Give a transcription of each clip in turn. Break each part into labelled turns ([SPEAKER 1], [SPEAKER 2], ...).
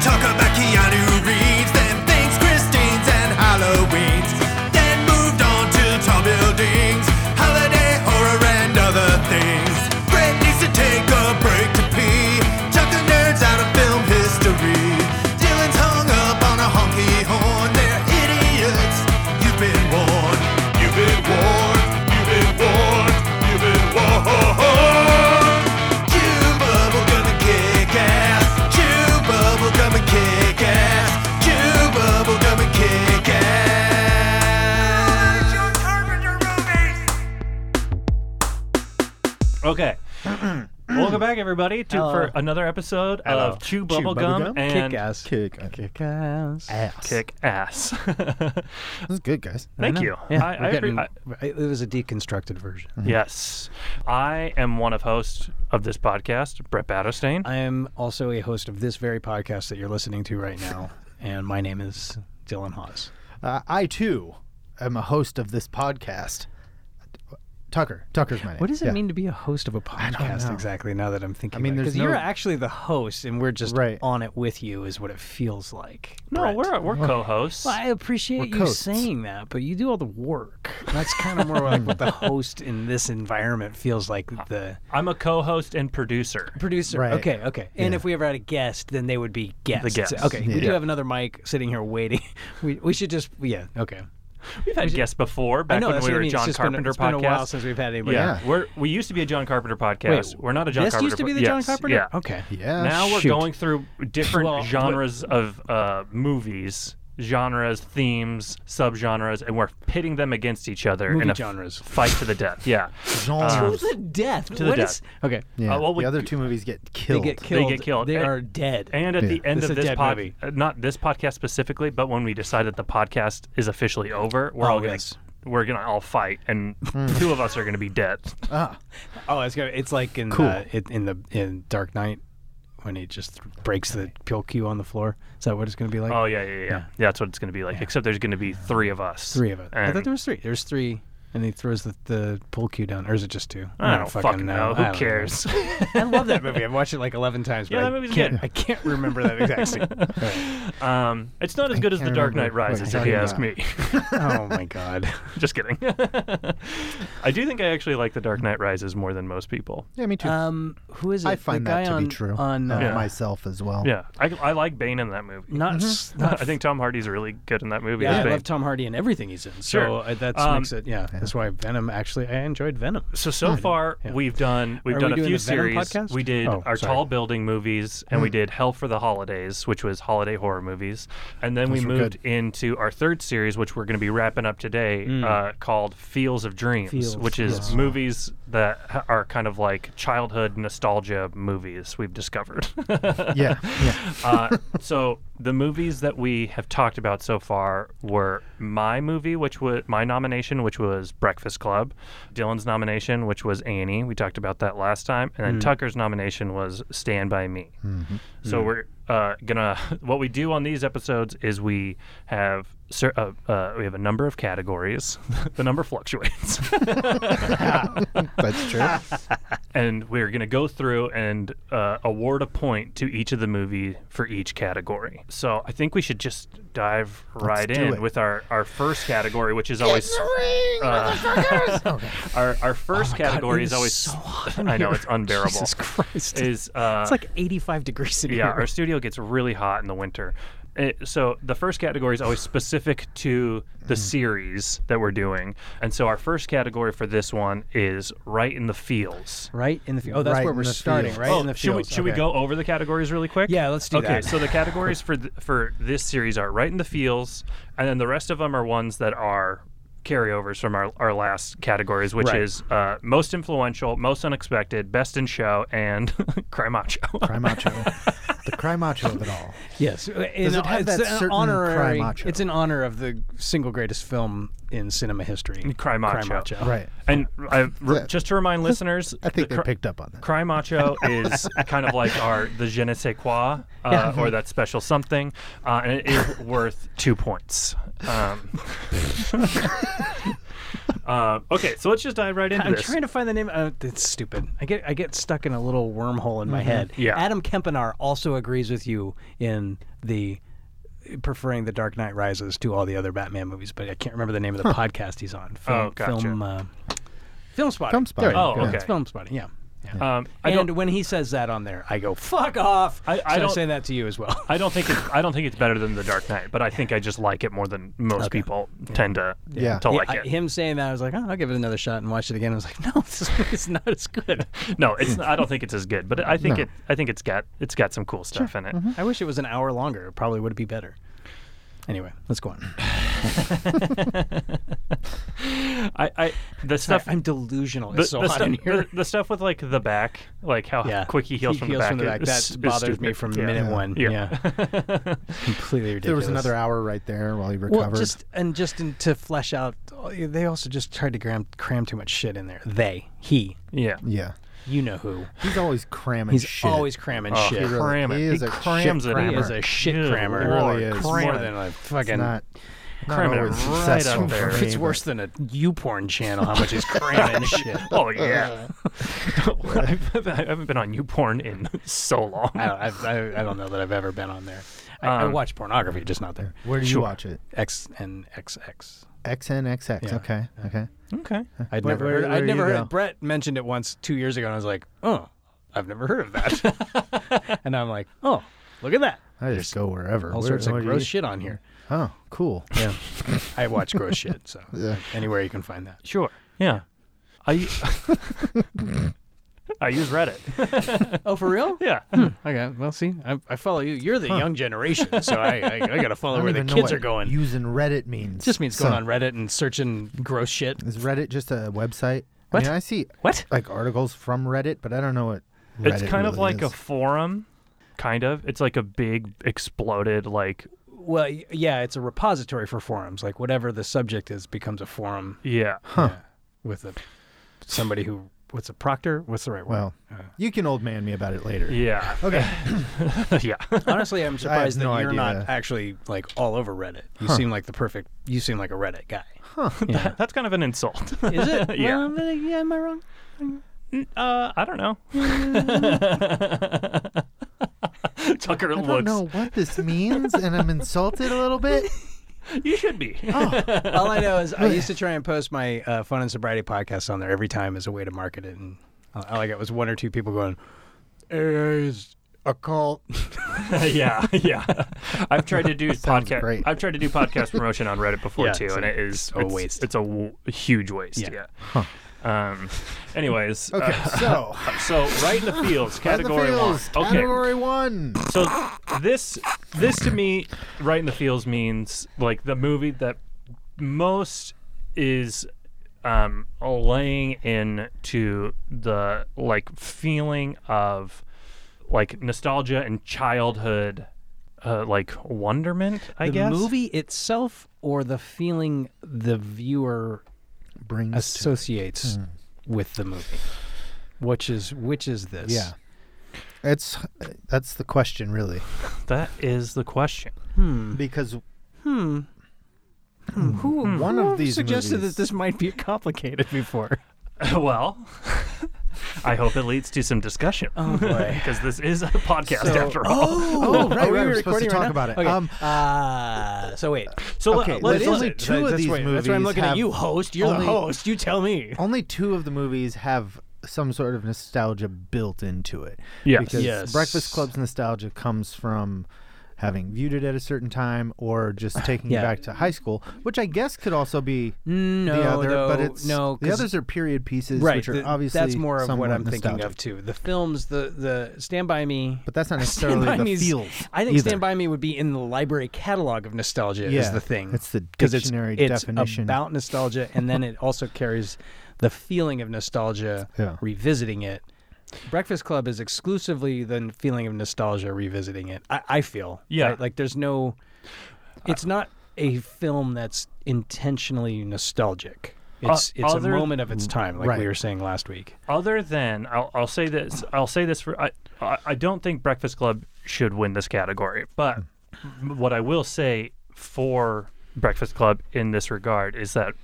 [SPEAKER 1] talk about Keanu Reeves, then things Christine's and Halloween's, then moved on to tall buildings, holiday horror and other things. Brett needs to take a break to pee, chuck the nerds out of film history. Dylan's hung up on a honky horn, they're idiots. You've been warned, you've been warned, you've been warned, you've been warned. Chew bubblegum and kick ass. Chew bubblegum and kick ass. Chew bubblegum and kick ass.
[SPEAKER 2] Okay. Welcome back, everybody, to
[SPEAKER 3] Hello.
[SPEAKER 2] for another episode of Chew Bubblegum
[SPEAKER 4] Bubblegum,
[SPEAKER 2] and
[SPEAKER 3] Kick ass.
[SPEAKER 4] Kick, kick ass.
[SPEAKER 3] Ass.
[SPEAKER 2] Kick Ass.
[SPEAKER 4] This is good, guys.
[SPEAKER 2] Thank
[SPEAKER 3] know.
[SPEAKER 2] you.
[SPEAKER 3] Yeah,
[SPEAKER 2] I,
[SPEAKER 3] we're
[SPEAKER 2] I appre-
[SPEAKER 3] getting-
[SPEAKER 2] I-
[SPEAKER 3] I- it was a deconstructed version.
[SPEAKER 2] yes, I am one of hosts of this podcast, Brett Battostain.
[SPEAKER 3] I am also a host of this very podcast that you're listening to right now, and my name is Dylan Hawes.
[SPEAKER 4] Uh, I too am a host of this podcast. Tucker, Tucker's my name.
[SPEAKER 3] What does it
[SPEAKER 4] Yeah.
[SPEAKER 3] mean to be a host of a podcast
[SPEAKER 4] know.
[SPEAKER 3] exactly? Now that I'm thinking,
[SPEAKER 4] I mean,
[SPEAKER 3] because
[SPEAKER 4] there's
[SPEAKER 3] you're
[SPEAKER 4] no-
[SPEAKER 3] actually the host, and we're just
[SPEAKER 4] Right.
[SPEAKER 3] on it with you, is what it feels like.
[SPEAKER 2] no,
[SPEAKER 3] Brett.
[SPEAKER 2] we're we're co-hosts.
[SPEAKER 3] Well, I appreciate you
[SPEAKER 4] coats.
[SPEAKER 3] saying that, but you do all the work. That's kind of more like what the host in this environment feels like. The
[SPEAKER 2] I'm a co-host and producer.
[SPEAKER 3] producer.
[SPEAKER 4] Right.
[SPEAKER 3] Okay, okay. And if we ever had a guest, then they would be guests.
[SPEAKER 2] guest.
[SPEAKER 3] Okay, we do
[SPEAKER 4] Yeah.
[SPEAKER 3] have another mic sitting here waiting. We, we should just yeah. Okay.
[SPEAKER 2] We've had guests before
[SPEAKER 3] I
[SPEAKER 2] back
[SPEAKER 3] know
[SPEAKER 2] when
[SPEAKER 3] that's
[SPEAKER 2] we
[SPEAKER 3] what I
[SPEAKER 2] were a
[SPEAKER 3] mean. It's
[SPEAKER 2] John
[SPEAKER 3] just been a-
[SPEAKER 2] Carpenter
[SPEAKER 3] it's been a while
[SPEAKER 2] podcast.
[SPEAKER 3] since we've had anybody.
[SPEAKER 2] yeah,
[SPEAKER 4] Yeah.
[SPEAKER 2] we're we used to be a John Carpenter podcast. we're not a John
[SPEAKER 3] this
[SPEAKER 2] Carpenter.
[SPEAKER 3] used to be
[SPEAKER 2] po-
[SPEAKER 3] the John
[SPEAKER 2] yes,
[SPEAKER 3] Carpenter.
[SPEAKER 2] Yeah.
[SPEAKER 3] Okay.
[SPEAKER 4] Yeah.
[SPEAKER 2] now we're
[SPEAKER 3] shoot.
[SPEAKER 2] going through different
[SPEAKER 3] Well, but-
[SPEAKER 2] genres of uh, movies, genres, themes, subgenres, and we're pitting them against each other
[SPEAKER 3] Movie
[SPEAKER 2] in a
[SPEAKER 3] genres.
[SPEAKER 2] fight to the death. Yeah, Um,
[SPEAKER 4] Genres.
[SPEAKER 3] To the death.
[SPEAKER 2] the
[SPEAKER 3] What
[SPEAKER 2] death.
[SPEAKER 3] is- okay.
[SPEAKER 4] yeah.
[SPEAKER 2] uh, well, we-
[SPEAKER 4] the other two movies get
[SPEAKER 3] They
[SPEAKER 4] killed.
[SPEAKER 3] get killed.
[SPEAKER 2] killed.
[SPEAKER 3] They
[SPEAKER 2] And-
[SPEAKER 3] are dead.
[SPEAKER 2] and at
[SPEAKER 4] Yeah.
[SPEAKER 2] the end of
[SPEAKER 3] This is a
[SPEAKER 2] this
[SPEAKER 3] dead
[SPEAKER 2] podcast,
[SPEAKER 3] movie.
[SPEAKER 2] not this podcast specifically, but when we decide that the podcast is officially over, we're
[SPEAKER 3] Oh,
[SPEAKER 2] all gonna
[SPEAKER 3] yes.
[SPEAKER 2] we're gonna all fight, and
[SPEAKER 4] Hmm.
[SPEAKER 2] two of us are gonna be dead.
[SPEAKER 4] Ah,
[SPEAKER 3] Oh, it's good. It's like in
[SPEAKER 4] Cool.
[SPEAKER 3] uh, it, in the in Dark Knight when he just breaks the pill cue on the floor. Is that what it's going to be like?
[SPEAKER 2] Oh yeah, yeah, yeah, yeah. That's what it's gonna be like. Except there's gonna be three of us.
[SPEAKER 3] Three of us. I
[SPEAKER 2] And-
[SPEAKER 3] thought there was three. There's three, and he throws the, the pull cue down, or is it just two?
[SPEAKER 2] I don't, fucking, know.
[SPEAKER 3] I
[SPEAKER 2] Who
[SPEAKER 3] don't know.
[SPEAKER 2] cares?
[SPEAKER 3] I love that movie. I've watched it like 11 times. But
[SPEAKER 2] Yeah, that
[SPEAKER 3] I
[SPEAKER 2] movie's
[SPEAKER 3] can't,
[SPEAKER 2] good.
[SPEAKER 3] I can't remember that exact scene.
[SPEAKER 2] Um, it's not as good as The
[SPEAKER 4] can't
[SPEAKER 2] Dark Knight
[SPEAKER 4] remember what
[SPEAKER 2] Rises,
[SPEAKER 4] you're
[SPEAKER 2] if you ask
[SPEAKER 4] talking
[SPEAKER 2] me.
[SPEAKER 3] oh my god.
[SPEAKER 2] Just kidding. I do think I actually like The Dark Knight Rises more than most people.
[SPEAKER 4] yeah, me too.
[SPEAKER 3] Um, who is it?
[SPEAKER 4] I find
[SPEAKER 3] the
[SPEAKER 4] that
[SPEAKER 3] guy
[SPEAKER 4] to
[SPEAKER 3] on,
[SPEAKER 4] be true
[SPEAKER 3] On
[SPEAKER 4] of
[SPEAKER 3] uh,
[SPEAKER 2] Yeah.
[SPEAKER 4] myself as well.
[SPEAKER 2] Yeah, I, I like Bane in that movie.
[SPEAKER 3] not. s- Mm-hmm. not
[SPEAKER 2] I think Tom Hardy's really good in that movie.
[SPEAKER 3] yeah,
[SPEAKER 2] as
[SPEAKER 3] I
[SPEAKER 2] Bane.
[SPEAKER 3] love Tom Hardy and everything he's in. So
[SPEAKER 2] Sure.
[SPEAKER 3] uh, that
[SPEAKER 2] Um,
[SPEAKER 3] makes it. Yeah, that's why Venom. Actually, I enjoyed Venom.
[SPEAKER 2] so so far we've done we've
[SPEAKER 3] Are
[SPEAKER 2] done
[SPEAKER 3] we
[SPEAKER 2] a
[SPEAKER 3] doing
[SPEAKER 2] few
[SPEAKER 3] the Venom
[SPEAKER 2] series.
[SPEAKER 3] podcast?
[SPEAKER 2] We did
[SPEAKER 3] Oh,
[SPEAKER 2] our
[SPEAKER 3] sorry. Mm.
[SPEAKER 2] tall building movies, and we did Hell for the Holidays, which was holiday horror movies, and then we
[SPEAKER 4] were
[SPEAKER 2] moved into our third series, which we're going to be wrapping up today, uh, called Feels of Dreams,
[SPEAKER 3] Mm. Feels,
[SPEAKER 2] which is
[SPEAKER 3] yes.
[SPEAKER 2] movies that ha- are kind of like childhood nostalgia movies we've discovered.
[SPEAKER 4] Yeah. yeah.
[SPEAKER 2] uh, so the movies that we have talked about so far were my movie, which was my nomination, which was Breakfast Club. Dylan's nomination, which was Annie. We talked about that last time, and then Tucker's nomination was Stand by Me. So we're uh, gonna. What we do on these episodes is we have cer- uh, uh, we have a number of categories. the number fluctuates.
[SPEAKER 4] That's true.
[SPEAKER 2] and we're going to go through and uh, award a point to each of the movie for each category. So I think we should just dive right
[SPEAKER 4] do
[SPEAKER 2] in
[SPEAKER 4] it.
[SPEAKER 2] with our, our first category, which is always uh, our our
[SPEAKER 3] Oh
[SPEAKER 2] first category
[SPEAKER 3] it
[SPEAKER 2] is
[SPEAKER 3] is
[SPEAKER 2] always
[SPEAKER 3] so
[SPEAKER 2] I know it's unbearable.
[SPEAKER 3] Jesus Christ.
[SPEAKER 2] Is uh,
[SPEAKER 3] It's like 85 degrees in
[SPEAKER 2] yeah,
[SPEAKER 3] here.
[SPEAKER 2] our studio gets really hot in the winter. Uh, so the first category is always specific to
[SPEAKER 3] Hmm.
[SPEAKER 2] the series that we're doing, and so our first category for this one is right in the feels.
[SPEAKER 3] Right in the field. Oh, that's
[SPEAKER 4] Right
[SPEAKER 3] where
[SPEAKER 4] in
[SPEAKER 3] we're
[SPEAKER 4] the
[SPEAKER 3] starting.
[SPEAKER 4] field.
[SPEAKER 3] Right
[SPEAKER 2] Oh,
[SPEAKER 3] in the
[SPEAKER 2] should we,
[SPEAKER 3] field.
[SPEAKER 2] should we go over the categories really quick?
[SPEAKER 3] Yeah, let's do
[SPEAKER 2] okay,
[SPEAKER 3] that.
[SPEAKER 2] so the categories for th- for this series are right in the fields, and then the rest of them are ones that are carryovers from our, our last categories, which
[SPEAKER 3] Right.
[SPEAKER 2] is uh, most influential, most unexpected, best in show, and cry macho.
[SPEAKER 4] Cry macho. The cry macho of it all.
[SPEAKER 3] Yes, in,
[SPEAKER 4] it have
[SPEAKER 3] it's
[SPEAKER 4] that
[SPEAKER 3] an
[SPEAKER 4] certain
[SPEAKER 3] honorary.
[SPEAKER 4] cry macho?
[SPEAKER 3] It's in honor of the single greatest film in cinema history,
[SPEAKER 2] Cry macho.
[SPEAKER 4] Right.
[SPEAKER 2] And I, re-
[SPEAKER 4] Yeah.
[SPEAKER 2] just to remind listeners,
[SPEAKER 4] I think
[SPEAKER 2] the
[SPEAKER 4] they
[SPEAKER 2] cry-
[SPEAKER 4] picked up on that.
[SPEAKER 2] Cry Macho is kind of like our the je ne sais quoi, uh, or that special something, uh, and it is worth two points. Um, uh, okay, so let's just dive right into
[SPEAKER 3] I'm
[SPEAKER 2] this.
[SPEAKER 3] trying to find the name. Uh, it's stupid. I get I get stuck in a little wormhole in my head.
[SPEAKER 2] Mm-hmm. Yeah.
[SPEAKER 3] Adam Kempinar also agrees with you in the preferring The Dark Knight Rises to all the other Batman movies, but I can't remember the name of the podcast he's on. Film,
[SPEAKER 2] Oh, gotcha.
[SPEAKER 3] Film, uh, film Spotting.
[SPEAKER 4] Film Spotting,
[SPEAKER 3] There you go.
[SPEAKER 2] Oh, okay.
[SPEAKER 3] It's film Spotting, yeah. yeah.
[SPEAKER 2] Um, I
[SPEAKER 3] and
[SPEAKER 2] don't.
[SPEAKER 3] when he says that on there, I go, fuck off.
[SPEAKER 2] I- I
[SPEAKER 3] so
[SPEAKER 2] don't-
[SPEAKER 3] say that to you as well.
[SPEAKER 2] I don't think it's I don't think it's better than The Dark Knight, but I think I just like it more than most people tend to
[SPEAKER 4] Yeah.
[SPEAKER 2] to
[SPEAKER 4] Yeah,
[SPEAKER 2] like
[SPEAKER 3] I-
[SPEAKER 2] it.
[SPEAKER 3] him saying that, I was like, oh, I'll give it another shot and watch it again. I was like, no, this is not as good.
[SPEAKER 2] No, it's I don't think it's as good, but I think
[SPEAKER 4] No.
[SPEAKER 2] it I think it's got it's got some cool stuff in it.
[SPEAKER 3] I wish it was an hour longer. It probably would be better. Anyway, let's go on.
[SPEAKER 2] I, I the
[SPEAKER 3] Sorry,
[SPEAKER 2] stuff
[SPEAKER 3] I'm delusional.
[SPEAKER 2] the,
[SPEAKER 3] It's so
[SPEAKER 2] the
[SPEAKER 3] hot
[SPEAKER 2] stuff,
[SPEAKER 3] in here.
[SPEAKER 2] The, the stuff with like the back, like how quick he heals, from, the back is-
[SPEAKER 3] That
[SPEAKER 2] is
[SPEAKER 3] bothers me
[SPEAKER 2] stupid.
[SPEAKER 3] from
[SPEAKER 2] Yeah.
[SPEAKER 3] minute one.
[SPEAKER 2] Yeah.
[SPEAKER 3] Yeah, completely ridiculous.
[SPEAKER 4] There was another hour right there while he recovered.
[SPEAKER 3] Well, just and just in, to flesh out, uh, they also just tried to cram, cram too much shit in there. They, he,
[SPEAKER 2] yeah.
[SPEAKER 4] yeah,
[SPEAKER 3] you know who.
[SPEAKER 4] he's always cramming.
[SPEAKER 3] He's
[SPEAKER 4] shit.
[SPEAKER 3] always cramming
[SPEAKER 2] Oh,
[SPEAKER 3] shit.
[SPEAKER 2] he
[SPEAKER 4] really-
[SPEAKER 2] cram it.
[SPEAKER 4] he is a shit
[SPEAKER 2] crams it. in.
[SPEAKER 4] crammer.
[SPEAKER 3] He is a shit
[SPEAKER 2] Good
[SPEAKER 3] crammer. He
[SPEAKER 4] really
[SPEAKER 2] Lord,
[SPEAKER 4] is.
[SPEAKER 3] It's more
[SPEAKER 2] cram it.
[SPEAKER 3] than a fucking.
[SPEAKER 4] not. not
[SPEAKER 2] Cramming it
[SPEAKER 4] always
[SPEAKER 2] right up
[SPEAKER 4] successful
[SPEAKER 2] there.
[SPEAKER 4] for me,
[SPEAKER 3] it's
[SPEAKER 4] but-
[SPEAKER 3] worse than a U porn channel. How much is cramming shit?
[SPEAKER 2] Oh yeah. I've- I haven't been on new porn in so long.
[SPEAKER 3] I don't, I've, I, I don't know that I've ever been on there. I, I
[SPEAKER 2] Um,
[SPEAKER 3] watch pornography, just not there.
[SPEAKER 4] Where do you
[SPEAKER 2] Sure.
[SPEAKER 4] watch it?
[SPEAKER 3] X and XX.
[SPEAKER 4] XNXX.
[SPEAKER 3] Yeah.
[SPEAKER 4] Okay. Okay.
[SPEAKER 2] Okay.
[SPEAKER 3] I'd
[SPEAKER 4] Where-
[SPEAKER 3] never
[SPEAKER 4] where-
[SPEAKER 3] heard.
[SPEAKER 4] where
[SPEAKER 3] I'd
[SPEAKER 4] do
[SPEAKER 3] never
[SPEAKER 4] you
[SPEAKER 3] heard.
[SPEAKER 4] go?
[SPEAKER 3] Brett mentioned it once two years ago, and I was like, "Oh, I've never heard of that." and I'm like, "Oh, look at that!
[SPEAKER 4] I just go wherever.
[SPEAKER 3] All
[SPEAKER 4] Where-
[SPEAKER 3] sorts of
[SPEAKER 4] what do
[SPEAKER 3] gross
[SPEAKER 4] you-
[SPEAKER 3] shit on here."
[SPEAKER 4] Oh, cool.
[SPEAKER 3] Yeah, I watch gross shit. So anywhere you can find that.
[SPEAKER 2] Sure. Yeah. I I use Reddit.
[SPEAKER 3] Oh, for real?
[SPEAKER 2] Yeah.
[SPEAKER 3] Okay. Well, see, I, I follow you. You're the young generation, so I I, I gotta
[SPEAKER 4] I
[SPEAKER 3] follow
[SPEAKER 4] don't
[SPEAKER 3] where the
[SPEAKER 4] even know
[SPEAKER 3] kids
[SPEAKER 4] what
[SPEAKER 3] are going.
[SPEAKER 4] Using Reddit means
[SPEAKER 3] just means
[SPEAKER 4] So,
[SPEAKER 3] going on Reddit and searching gross shit.
[SPEAKER 4] Is Reddit just a website?
[SPEAKER 3] What?
[SPEAKER 4] I mean, I see
[SPEAKER 3] What?
[SPEAKER 4] like articles from Reddit, but I don't know what.
[SPEAKER 2] It's
[SPEAKER 4] Reddit
[SPEAKER 2] kind of
[SPEAKER 4] really
[SPEAKER 2] like a
[SPEAKER 4] is.
[SPEAKER 2] forum kind of. It's like a big exploded like
[SPEAKER 3] Well, y- yeah, it's a repository for forums. Like whatever the subject is becomes a forum
[SPEAKER 2] yeah.
[SPEAKER 3] yeah, with a somebody who what's a proctor? What's the right word?
[SPEAKER 4] Well, you can old man me about it later.
[SPEAKER 2] Uh. Yeah.
[SPEAKER 4] Okay.
[SPEAKER 2] yeah.
[SPEAKER 3] honestly, I'm surprised that
[SPEAKER 4] no
[SPEAKER 3] you're not
[SPEAKER 4] idea.
[SPEAKER 3] actually like all over Reddit. You seem like the perfect. You seem like a Reddit guy. Yeah.
[SPEAKER 2] That's kind of an insult.
[SPEAKER 3] Is it?
[SPEAKER 2] Yeah.
[SPEAKER 3] Well, uh, yeah. Am I wrong?
[SPEAKER 2] Uh, I don't know. Tucker
[SPEAKER 4] I don't
[SPEAKER 2] looks.
[SPEAKER 4] know what this means, and I'm insulted a little bit.
[SPEAKER 2] You should be.
[SPEAKER 3] All I know is I used to try and post my uh, fun and sobriety podcast on there every time as a way to market it, and all all I got was one or two people going, "It is a cult."
[SPEAKER 2] yeah, yeah. I've tried to do podcast.
[SPEAKER 4] great.
[SPEAKER 2] I've tried to do podcast promotion on Reddit before
[SPEAKER 3] Yeah,
[SPEAKER 2] too,
[SPEAKER 3] it's
[SPEAKER 2] and
[SPEAKER 3] a-
[SPEAKER 2] it is
[SPEAKER 3] a
[SPEAKER 2] it's,
[SPEAKER 3] waste.
[SPEAKER 2] It's a, w- a huge waste. Yeah.
[SPEAKER 3] Yeah.
[SPEAKER 2] Um. Anyways.
[SPEAKER 4] Okay,
[SPEAKER 2] uh,
[SPEAKER 4] so
[SPEAKER 2] so right in the fields, category
[SPEAKER 4] the fields,
[SPEAKER 2] one. Okay.
[SPEAKER 4] Category one.
[SPEAKER 2] So this this to me, right in the fields means like the movie that most is um laying into the like feeling of like nostalgia and childhood uh like wonderment, I
[SPEAKER 3] the
[SPEAKER 2] guess.
[SPEAKER 3] movie itself or the feeling the viewer
[SPEAKER 4] Brings to-
[SPEAKER 3] associates with the movie which is which is this
[SPEAKER 4] yeah. It's that's the question really,
[SPEAKER 2] That is the question.
[SPEAKER 4] because
[SPEAKER 3] who
[SPEAKER 4] One
[SPEAKER 3] who
[SPEAKER 4] of these
[SPEAKER 3] suggested
[SPEAKER 4] movies-
[SPEAKER 3] that this might be complicated before
[SPEAKER 2] well, I hope it leads to some discussion. Oh
[SPEAKER 3] boy.
[SPEAKER 2] because this is a podcast
[SPEAKER 3] Um, So-
[SPEAKER 2] after all.
[SPEAKER 4] oh, right,
[SPEAKER 3] we
[SPEAKER 4] right,
[SPEAKER 3] were
[SPEAKER 4] we're supposed to
[SPEAKER 3] recording right
[SPEAKER 4] talk
[SPEAKER 3] now?
[SPEAKER 4] about it.
[SPEAKER 3] Okay.
[SPEAKER 4] Um,
[SPEAKER 3] uh, so wait
[SPEAKER 2] so let-
[SPEAKER 4] okay,
[SPEAKER 2] let's
[SPEAKER 4] there's only
[SPEAKER 2] let's-
[SPEAKER 4] two of
[SPEAKER 3] that's
[SPEAKER 4] these
[SPEAKER 3] why- that's why i'm
[SPEAKER 4] movies
[SPEAKER 3] looking at
[SPEAKER 4] have
[SPEAKER 3] you host you're
[SPEAKER 4] only-
[SPEAKER 3] the host you tell me
[SPEAKER 4] only two of the movies have some sort of nostalgia built into it.
[SPEAKER 2] Yes.
[SPEAKER 4] Because
[SPEAKER 3] Yes.
[SPEAKER 4] Breakfast Club's nostalgia comes from having viewed it at a certain time or just taking
[SPEAKER 3] Yeah.
[SPEAKER 4] it back to high school, which I guess could also be
[SPEAKER 3] no
[SPEAKER 4] the other, but
[SPEAKER 3] though,
[SPEAKER 4] it's
[SPEAKER 3] no
[SPEAKER 4] the
[SPEAKER 3] 'cause-
[SPEAKER 4] others are period pieces,
[SPEAKER 3] right
[SPEAKER 4] which are
[SPEAKER 3] th-
[SPEAKER 4] obviously
[SPEAKER 3] that's more of
[SPEAKER 4] somewhat
[SPEAKER 3] what i'm thinking
[SPEAKER 4] nostalgic.
[SPEAKER 3] of too the films the the stand by me
[SPEAKER 4] But that's not necessarily
[SPEAKER 3] Stand By
[SPEAKER 4] the
[SPEAKER 3] Me's-
[SPEAKER 4] feels.
[SPEAKER 3] I think
[SPEAKER 4] either.
[SPEAKER 3] Stand By Me would be in the library catalog of nostalgia is
[SPEAKER 4] Yeah,
[SPEAKER 3] the thing.
[SPEAKER 4] it's the
[SPEAKER 3] 'Cause
[SPEAKER 4] dictionary
[SPEAKER 3] it's, it's
[SPEAKER 4] definition.
[SPEAKER 3] about nostalgia, and then it also carries the feeling of nostalgia
[SPEAKER 4] Yeah.
[SPEAKER 3] revisiting it. Breakfast Club is exclusively the n- feeling of nostalgia revisiting it. I, I feel
[SPEAKER 2] Yeah.
[SPEAKER 3] right? like there's no.
[SPEAKER 4] Uh,
[SPEAKER 3] It's not a film that's intentionally nostalgic. It's it's a
[SPEAKER 2] other-
[SPEAKER 3] moment of its time, like we
[SPEAKER 4] Uh, Right.
[SPEAKER 3] were saying last week.
[SPEAKER 2] other than I'll, I'll say this I'll say this for I, I I don't think Breakfast Club should win this category, but what I will say for Breakfast Club in this regard is that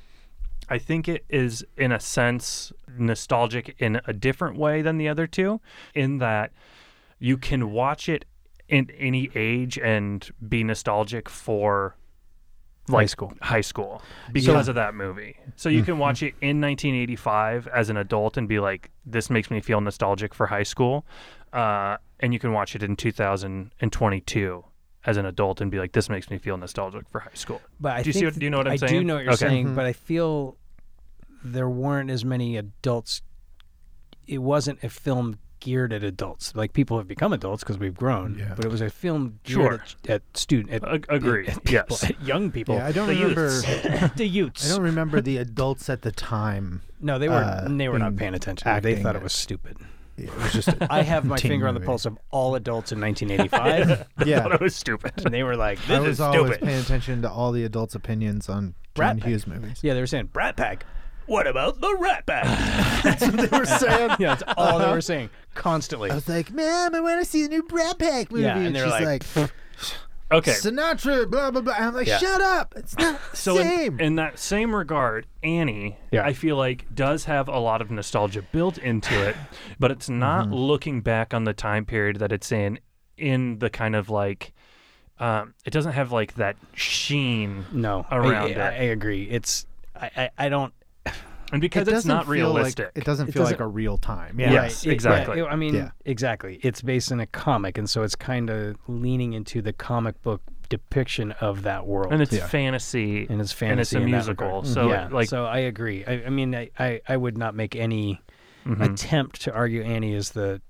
[SPEAKER 2] I think it is in a sense nostalgic in a different way than the other two in that you can watch it in any age and be nostalgic for like
[SPEAKER 3] school.
[SPEAKER 2] high school Mm. because of that movie. So you can watch it in 1985 as an adult and be like, this makes me feel nostalgic for high school. Uh, and you can watch it in 2022 as an adult and be like, this makes me feel nostalgic for high school.
[SPEAKER 3] But I
[SPEAKER 2] do you see
[SPEAKER 3] think
[SPEAKER 2] what, do you know what I'm
[SPEAKER 3] I
[SPEAKER 2] saying?
[SPEAKER 3] do know what you're
[SPEAKER 2] Okay.
[SPEAKER 3] saying,
[SPEAKER 4] Mm-hmm.
[SPEAKER 3] but I feel there weren't as many adults. It wasn't a film geared at adults. Like people have become adults because we've grown,
[SPEAKER 4] Yeah.
[SPEAKER 3] but it was a film geared
[SPEAKER 2] Sure.
[SPEAKER 3] at, at student, at,
[SPEAKER 2] Ag- agreed.
[SPEAKER 3] at people,
[SPEAKER 2] yes.
[SPEAKER 3] at young people,
[SPEAKER 4] Yeah, I don't
[SPEAKER 2] the
[SPEAKER 4] remember.
[SPEAKER 2] youths.
[SPEAKER 3] the youths.
[SPEAKER 4] I don't remember the adults at the time.
[SPEAKER 3] no, they were
[SPEAKER 4] uh,
[SPEAKER 3] they were not
[SPEAKER 4] in
[SPEAKER 3] paying attention. They
[SPEAKER 4] acting
[SPEAKER 3] thought it
[SPEAKER 4] it.
[SPEAKER 3] was stupid.
[SPEAKER 4] It was just a-
[SPEAKER 3] I have my
[SPEAKER 4] Teen
[SPEAKER 3] finger on the
[SPEAKER 4] movie.
[SPEAKER 3] pulse of all adults in 1985,
[SPEAKER 4] yeah.
[SPEAKER 2] Thought it was stupid.
[SPEAKER 3] and they were like,
[SPEAKER 4] I
[SPEAKER 2] This
[SPEAKER 4] was
[SPEAKER 2] is
[SPEAKER 4] always
[SPEAKER 2] stupid.
[SPEAKER 4] paying attention to all the adults' opinions on
[SPEAKER 3] Rat
[SPEAKER 4] John
[SPEAKER 3] Pack.
[SPEAKER 4] Hughes movies.
[SPEAKER 3] "Yeah, they were saying Brat Pack."
[SPEAKER 2] What about the Rat Pack?
[SPEAKER 4] they were saying.
[SPEAKER 3] Yeah, that's all they were saying constantly.
[SPEAKER 4] I was like, "Mom, I want to see the new Brat Pack movie."
[SPEAKER 3] Yeah, and they're
[SPEAKER 4] she's
[SPEAKER 3] like,
[SPEAKER 2] Okay.
[SPEAKER 4] Sinatra, blah blah blah. I'm like,
[SPEAKER 3] Yeah.
[SPEAKER 4] shut up! It's not the
[SPEAKER 2] So
[SPEAKER 4] same.
[SPEAKER 2] In, in that same regard, Annie,
[SPEAKER 3] Yeah.
[SPEAKER 2] I feel like does have a lot of nostalgia built into it, but it's not looking back on the time period that it's in, in the kind of like, um, it doesn't have like that sheen,
[SPEAKER 3] No, I-
[SPEAKER 2] around
[SPEAKER 3] I,
[SPEAKER 2] it.
[SPEAKER 3] I, agree. It's I, I, I don't.
[SPEAKER 2] and because
[SPEAKER 4] It
[SPEAKER 2] it's not
[SPEAKER 4] doesn't feel like-
[SPEAKER 2] realistic,
[SPEAKER 4] it doesn't feel like
[SPEAKER 3] doesn't-
[SPEAKER 4] a real time.
[SPEAKER 2] Yeah.
[SPEAKER 4] Yeah.
[SPEAKER 2] Yes,
[SPEAKER 3] It-
[SPEAKER 2] exactly.
[SPEAKER 3] yeah, it- I mean,
[SPEAKER 4] Yeah.
[SPEAKER 3] exactly. It's based in a comic, and so it's kind of leaning into the comic book depiction of that world.
[SPEAKER 2] and it's
[SPEAKER 4] Yeah.
[SPEAKER 2] fantasy,
[SPEAKER 3] and it's fantasy
[SPEAKER 2] and it's a
[SPEAKER 3] in that
[SPEAKER 2] musical.
[SPEAKER 3] regard.
[SPEAKER 2] So
[SPEAKER 3] yeah,
[SPEAKER 2] like,
[SPEAKER 3] so I agree. I, I mean, I, I, I would not make any
[SPEAKER 2] Mm-hmm.
[SPEAKER 3] attempt to argue Annie is the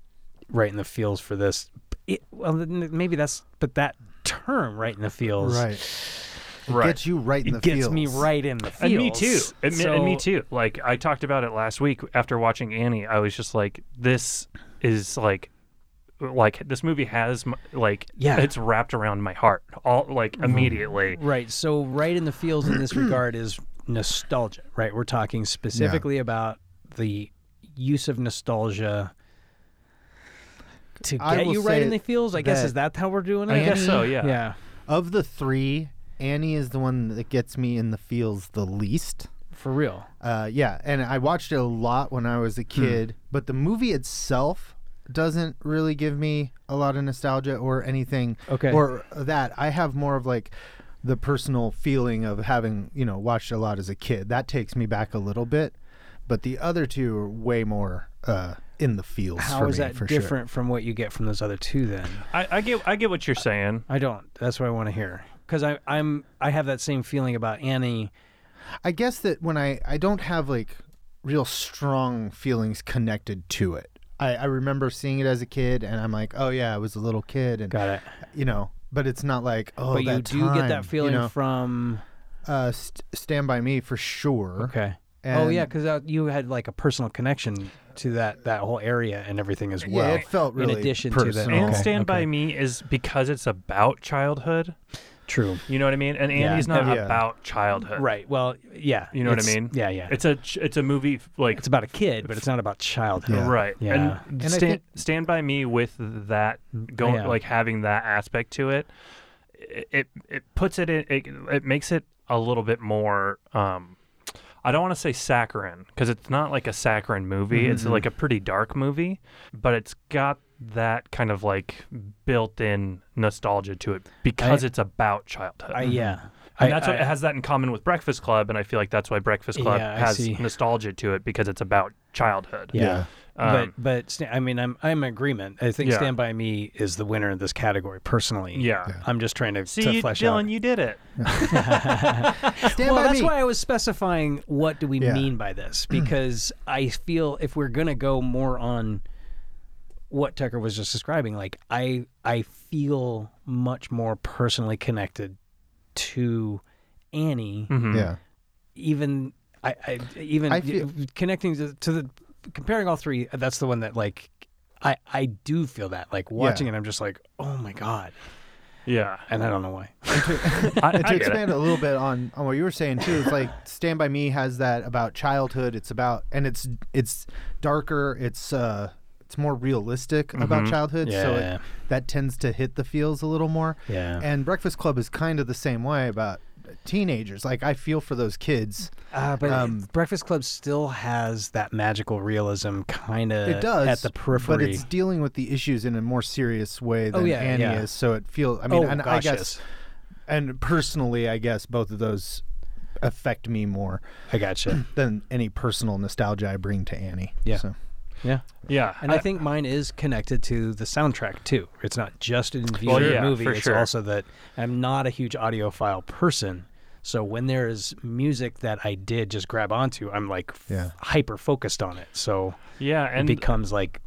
[SPEAKER 3] right in the feels for this. It, well, then maybe that's but that term right in the feels
[SPEAKER 4] Right. It
[SPEAKER 2] Right.
[SPEAKER 4] gets you right in the
[SPEAKER 3] it gets
[SPEAKER 4] feels.
[SPEAKER 3] me right in the feels.
[SPEAKER 2] And me too. And, me- and me
[SPEAKER 3] So-
[SPEAKER 2] too. Like I talked about it last week after watching Annie. I was just like, this is like, like this movie has m- like,
[SPEAKER 3] Yeah.
[SPEAKER 2] it's wrapped around my heart all like immediately.
[SPEAKER 3] Right. So right in the fields in this regard is nostalgia, right? We're talking specifically about the use of nostalgia to
[SPEAKER 4] I
[SPEAKER 3] get
[SPEAKER 4] will
[SPEAKER 3] you right
[SPEAKER 4] say
[SPEAKER 3] in the fields. I guess
[SPEAKER 4] that
[SPEAKER 3] is that how we're doing it?
[SPEAKER 2] I guess so. Yeah.
[SPEAKER 3] Yeah.
[SPEAKER 4] Of the three, Annie is the one that gets me in the feels the least.
[SPEAKER 3] For real.
[SPEAKER 4] Uh, yeah, and I watched it a lot when I was
[SPEAKER 3] Hmm.
[SPEAKER 4] a kid, but the movie itself doesn't really give me a lot of nostalgia or anything.
[SPEAKER 3] Okay.
[SPEAKER 4] Or that I have more of like the personal feeling of having you know watched a lot as a kid. That takes me back a little bit, but the other two are way more uh, in the feels.
[SPEAKER 3] How
[SPEAKER 4] for
[SPEAKER 3] is
[SPEAKER 4] me,
[SPEAKER 3] that
[SPEAKER 4] for sure.
[SPEAKER 3] different from what you get from those other two then?
[SPEAKER 2] I, I get. I get what you're saying.
[SPEAKER 3] I don't. That's what I want to hear. Because I I'm I have that same feeling about Annie.
[SPEAKER 4] I guess that when I I don't have like real strong feelings connected to it. I, I remember seeing it as a kid, and I'm like, oh yeah, I was a little kid, and
[SPEAKER 3] Got it.
[SPEAKER 4] you know. But it's not like oh,
[SPEAKER 3] but you
[SPEAKER 4] that
[SPEAKER 3] do
[SPEAKER 4] time,
[SPEAKER 3] get that feeling
[SPEAKER 4] You know?
[SPEAKER 3] from
[SPEAKER 4] uh, st- Stand by Me for sure.
[SPEAKER 3] Okay. oh
[SPEAKER 4] And-
[SPEAKER 3] yeah, because you had like a personal connection to that that whole area and everything as well.
[SPEAKER 4] Yeah, it felt really
[SPEAKER 3] in addition to
[SPEAKER 4] personal.
[SPEAKER 3] that.
[SPEAKER 4] Okay,
[SPEAKER 2] And Stand by Me is because it's about childhood.
[SPEAKER 3] True.
[SPEAKER 2] You know what I mean? And Annie's not
[SPEAKER 4] Yeah.
[SPEAKER 2] about childhood.
[SPEAKER 3] Right. Well, yeah.
[SPEAKER 2] You know what I
[SPEAKER 3] It's-
[SPEAKER 2] mean?
[SPEAKER 3] Yeah, yeah.
[SPEAKER 2] It's
[SPEAKER 3] It's
[SPEAKER 2] a. ch- It's a movie f- like.
[SPEAKER 3] it's about a kid, but it's not about childhood.
[SPEAKER 4] Yeah.
[SPEAKER 2] Right.
[SPEAKER 3] Yeah.
[SPEAKER 2] And,
[SPEAKER 4] And I
[SPEAKER 2] stand,
[SPEAKER 4] think-
[SPEAKER 2] stand by me with that going
[SPEAKER 3] Yeah.
[SPEAKER 2] like having that aspect to it. It it, it puts it in it, it makes it a little bit more um I don't want to say saccharine because it's not like a saccharine movie.
[SPEAKER 3] Mm-hmm.
[SPEAKER 2] It's like a pretty dark movie, but it's got that kind of like built-in nostalgia to it because it's about childhood.
[SPEAKER 4] Mm-hmm.
[SPEAKER 3] I, yeah.
[SPEAKER 2] And
[SPEAKER 3] I-
[SPEAKER 2] that's what
[SPEAKER 3] I-
[SPEAKER 2] it has that in common with Breakfast Club, and I feel like that's why Breakfast Club
[SPEAKER 3] Yeah, I
[SPEAKER 2] has
[SPEAKER 3] see.
[SPEAKER 2] nostalgia to it because it's about childhood.
[SPEAKER 3] Yeah.
[SPEAKER 2] Um,
[SPEAKER 3] but but sta- I mean I'm I'm in agreement. I think
[SPEAKER 2] Yeah.
[SPEAKER 3] Stand by Me is the winner in this category personally.
[SPEAKER 2] Yeah.
[SPEAKER 3] I'm just trying to,
[SPEAKER 2] See,
[SPEAKER 3] to
[SPEAKER 2] you,
[SPEAKER 3] flesh
[SPEAKER 2] Dylan,
[SPEAKER 3] out.
[SPEAKER 2] you did it.
[SPEAKER 4] Stand
[SPEAKER 3] well,
[SPEAKER 4] by
[SPEAKER 3] that's
[SPEAKER 4] me.
[SPEAKER 3] why I was specifying what do we
[SPEAKER 4] Yeah. Hmm.
[SPEAKER 3] mean by this because I feel if we're gonna go more on what Tucker was just describing, like I I feel much more personally connected to Annie,
[SPEAKER 4] yeah.
[SPEAKER 3] even I, I even
[SPEAKER 4] Hmm. I feel-
[SPEAKER 3] connecting to, to the comparing all three. That's the one that like I I do feel that like watching it. I'm just like oh my god,
[SPEAKER 2] Yeah.
[SPEAKER 3] and I don't know why.
[SPEAKER 2] I, I
[SPEAKER 4] to
[SPEAKER 2] get it.
[SPEAKER 4] expand a little bit on, on what you were saying too, it's like Stand by Me has that about childhood. It's about and it's it's darker. It's uh it's more realistic about childhood. So
[SPEAKER 3] Mm-hmm. Yeah.
[SPEAKER 4] it, that tends to hit the feels a little more.
[SPEAKER 3] Yeah.
[SPEAKER 4] And Breakfast Club is kind of the same way about teenagers. Like I feel for those kids.
[SPEAKER 3] Uh, but
[SPEAKER 4] Um,
[SPEAKER 3] Breakfast Club still has that magical realism kind of.
[SPEAKER 4] It does
[SPEAKER 3] at the periphery.
[SPEAKER 4] but it's dealing with the issues in a more serious way
[SPEAKER 3] Oh,
[SPEAKER 4] than
[SPEAKER 3] yeah,
[SPEAKER 4] Annie
[SPEAKER 3] yeah.
[SPEAKER 4] is. So it feels. I mean,
[SPEAKER 3] oh
[SPEAKER 4] and
[SPEAKER 3] gosh,
[SPEAKER 4] I guess,
[SPEAKER 3] yes.
[SPEAKER 4] and personally, I guess both of those affect me more
[SPEAKER 3] I gotcha.
[SPEAKER 4] than any personal nostalgia I bring to Annie.
[SPEAKER 3] Yeah.
[SPEAKER 4] So.
[SPEAKER 3] yeah,
[SPEAKER 2] Yeah,
[SPEAKER 3] and I, think mine is connected to the soundtrack too. It's not just an view
[SPEAKER 2] Well,
[SPEAKER 3] of the
[SPEAKER 2] yeah,
[SPEAKER 3] movie.
[SPEAKER 2] for
[SPEAKER 3] It's
[SPEAKER 2] sure.
[SPEAKER 3] also that I'm not a huge audiophile person. So when there is music that I did just grab onto, I'm like
[SPEAKER 4] Yeah.
[SPEAKER 3] hyper focused on it. So
[SPEAKER 2] yeah, and
[SPEAKER 3] it becomes like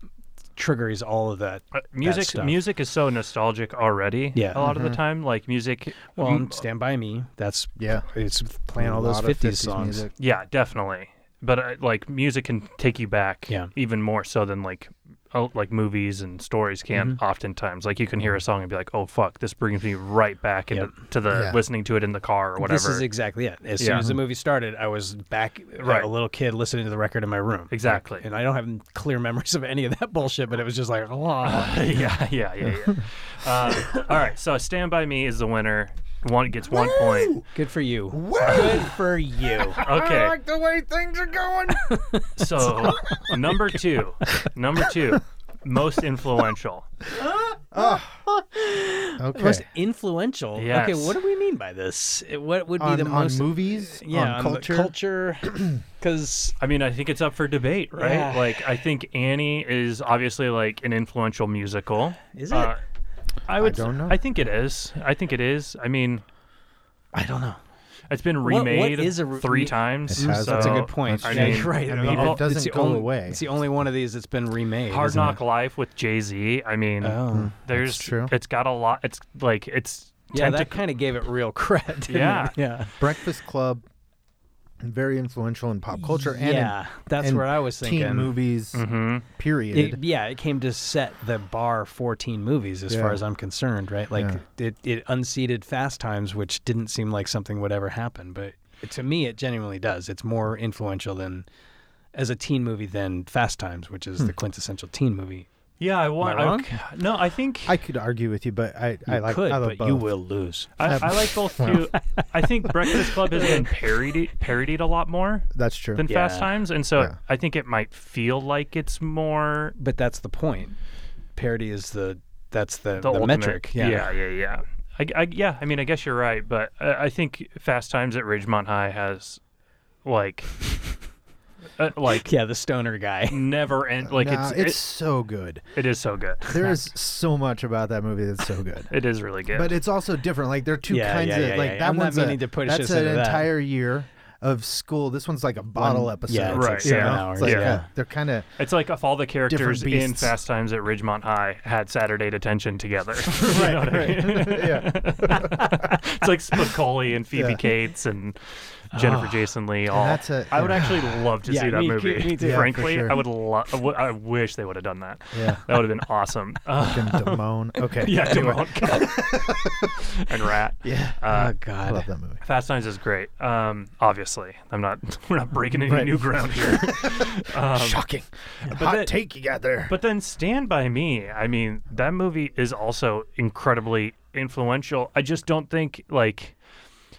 [SPEAKER 3] triggers all of that
[SPEAKER 2] uh,
[SPEAKER 3] that
[SPEAKER 2] music
[SPEAKER 3] stuff. Mm-hmm.
[SPEAKER 2] music is so nostalgic already.
[SPEAKER 3] Yeah.
[SPEAKER 2] a lot of the time, like music.
[SPEAKER 3] Well,
[SPEAKER 2] m-
[SPEAKER 3] and Stand by Me. That's
[SPEAKER 4] Yeah.
[SPEAKER 3] It's playing
[SPEAKER 4] A
[SPEAKER 3] all those
[SPEAKER 4] lot of
[SPEAKER 3] '50s songs.
[SPEAKER 4] music.
[SPEAKER 2] yeah, definitely. But uh, like music can take you back.
[SPEAKER 3] Yeah.
[SPEAKER 2] even more so than like. Oh, like movies and stories can
[SPEAKER 3] Mm-hmm.
[SPEAKER 2] oftentimes like you can hear a song and be like oh fuck this brings me right back into to the
[SPEAKER 4] Yeah.
[SPEAKER 2] listening to it in the car or whatever
[SPEAKER 3] This is exactly it. As soon
[SPEAKER 2] Yeah.
[SPEAKER 3] as the movie started, I was back,
[SPEAKER 2] Right.
[SPEAKER 3] a little kid listening to the record in my room.
[SPEAKER 2] Exactly.
[SPEAKER 3] Like, and I don't have clear memories of any of that bullshit, but it was just like, oh.
[SPEAKER 2] yeah, yeah, yeah, yeah. uh, all right, so Stand By Me is the winner. One gets one point.
[SPEAKER 3] good for you. Good for you.
[SPEAKER 2] Okay,
[SPEAKER 4] the way things are going.
[SPEAKER 2] so number two, number two, most influential.
[SPEAKER 4] okay.
[SPEAKER 3] Most influential.
[SPEAKER 2] Yes.
[SPEAKER 3] Okay, what do we mean by this? It- What would be
[SPEAKER 4] on,
[SPEAKER 3] the
[SPEAKER 4] on
[SPEAKER 3] most?
[SPEAKER 4] movies,
[SPEAKER 3] yeah,
[SPEAKER 4] on
[SPEAKER 3] the
[SPEAKER 4] culture.
[SPEAKER 3] culture. Because
[SPEAKER 2] I mean, I think it's up for debate, right?
[SPEAKER 3] Yeah.
[SPEAKER 2] Like, I think Annie is obviously like an influential musical. Uh,
[SPEAKER 3] Is it?
[SPEAKER 2] I would.
[SPEAKER 4] don't know.
[SPEAKER 2] I think it is. I think it is. I mean,
[SPEAKER 3] I don't know.
[SPEAKER 2] it's been
[SPEAKER 3] what
[SPEAKER 2] remade
[SPEAKER 3] is a re-
[SPEAKER 2] three times.
[SPEAKER 4] It has.
[SPEAKER 3] That's a
[SPEAKER 2] so,
[SPEAKER 3] good point.
[SPEAKER 2] Oh, I
[SPEAKER 3] Yeah,
[SPEAKER 2] mean,
[SPEAKER 3] you're right.
[SPEAKER 4] I mean, it
[SPEAKER 3] All-
[SPEAKER 4] doesn't
[SPEAKER 3] it's the
[SPEAKER 4] go
[SPEAKER 3] only-
[SPEAKER 4] away.
[SPEAKER 3] It's the only one of these that's been remade.
[SPEAKER 2] Hard
[SPEAKER 3] isn't it?
[SPEAKER 2] Knock Life with Jay Z. I mean,
[SPEAKER 3] Oh.
[SPEAKER 2] there's
[SPEAKER 4] true.
[SPEAKER 2] It's got a lot. It's like it's
[SPEAKER 3] Yeah, that
[SPEAKER 2] tentac-
[SPEAKER 3] kind of gave it real cred. didn't
[SPEAKER 2] Yeah.
[SPEAKER 3] it? yeah.
[SPEAKER 4] Breakfast Club, very influential in pop culture and in-
[SPEAKER 3] yeah, that's
[SPEAKER 4] and
[SPEAKER 3] where I was thinking.
[SPEAKER 4] teen movies. Mm-hmm. Period.
[SPEAKER 3] It- yeah, it came to set the bar for teen movies, as far
[SPEAKER 4] Yeah.
[SPEAKER 3] as I'm concerned. Right, like it, it unseated Fast Times, which didn't seem like something would ever happen, but to me, it genuinely does. It's more influential than as a teen movie than Fast Times, which
[SPEAKER 4] Hmm.
[SPEAKER 3] is the quintessential teen movie.
[SPEAKER 2] Yeah, I want.
[SPEAKER 3] I wrong?
[SPEAKER 2] okay. No, I think I,
[SPEAKER 4] I could argue with you, but I, I
[SPEAKER 3] You
[SPEAKER 4] like
[SPEAKER 3] could,
[SPEAKER 4] I love
[SPEAKER 3] but
[SPEAKER 4] both.
[SPEAKER 3] you will lose.
[SPEAKER 2] I, like both too. I think Breakfast Club has been parodied parodied a lot more
[SPEAKER 4] That's true.
[SPEAKER 2] than Fast
[SPEAKER 3] Yeah.
[SPEAKER 2] Times, and so
[SPEAKER 4] Yeah.
[SPEAKER 2] I think it might feel like it's more
[SPEAKER 3] But that's the point. Parody is the that's the,
[SPEAKER 2] the, ultimate-
[SPEAKER 3] metric.
[SPEAKER 2] yeah, yeah. yeah. I, I- yeah, I mean, I guess you're right, but I, I think Fast Times at Ridgemont High has, like, uh, like
[SPEAKER 3] yeah, the stoner guy.
[SPEAKER 2] never end. Like
[SPEAKER 4] Nah,
[SPEAKER 2] it's
[SPEAKER 4] it's so good.
[SPEAKER 2] it, it is so good.
[SPEAKER 4] There is so much about that movie that's so good.
[SPEAKER 2] It is really good.
[SPEAKER 4] But it's also different. Like there are two
[SPEAKER 3] Yeah,
[SPEAKER 4] kinds
[SPEAKER 3] yeah,
[SPEAKER 4] of
[SPEAKER 3] yeah,
[SPEAKER 4] like
[SPEAKER 3] yeah.
[SPEAKER 4] that
[SPEAKER 3] I'm not
[SPEAKER 4] one's a,
[SPEAKER 3] meaning to push
[SPEAKER 4] that's
[SPEAKER 3] us
[SPEAKER 4] an
[SPEAKER 3] into that.
[SPEAKER 4] entire year of school. This one's like a bottle episode.
[SPEAKER 3] yeah, it's
[SPEAKER 2] like
[SPEAKER 4] It's
[SPEAKER 2] seven
[SPEAKER 3] hours,
[SPEAKER 4] like,
[SPEAKER 3] yeah.
[SPEAKER 4] they're kind of
[SPEAKER 2] It's like if all the characters in
[SPEAKER 4] beasts.
[SPEAKER 2] Fast Times at Ridgemont High had Saturday detention together. You know what I mean?
[SPEAKER 4] yeah.
[SPEAKER 2] it's like Spicoli and Phoebe
[SPEAKER 4] Yeah. Ah,
[SPEAKER 2] Cates and Jennifer Jason Lee. All
[SPEAKER 4] that's a-
[SPEAKER 2] I would
[SPEAKER 4] yeah.
[SPEAKER 2] actually love to
[SPEAKER 3] Yeah,
[SPEAKER 2] see that
[SPEAKER 3] me-
[SPEAKER 2] movie.
[SPEAKER 3] me too.
[SPEAKER 4] Yeah, for
[SPEAKER 2] Frankly,
[SPEAKER 4] sure.
[SPEAKER 2] I would. Lo- I w- I wish they would have done that.
[SPEAKER 4] Yeah.
[SPEAKER 2] that would have been awesome. Uh,
[SPEAKER 4] Fucking Damone. Okay.
[SPEAKER 2] yeah,
[SPEAKER 4] Anyway,
[SPEAKER 2] Demon- and Rat.
[SPEAKER 4] Yeah.
[SPEAKER 2] Uh,
[SPEAKER 3] oh
[SPEAKER 4] I
[SPEAKER 3] God.
[SPEAKER 4] love that movie.
[SPEAKER 2] Fast Times is great. Um, obviously, I'm not. We're not breaking any new ground here.
[SPEAKER 3] Um,
[SPEAKER 4] Shocking. Hot
[SPEAKER 2] that-
[SPEAKER 4] take you got there.
[SPEAKER 2] But then Stand By Me, I mean, that movie is also incredibly influential. I just don't think, like,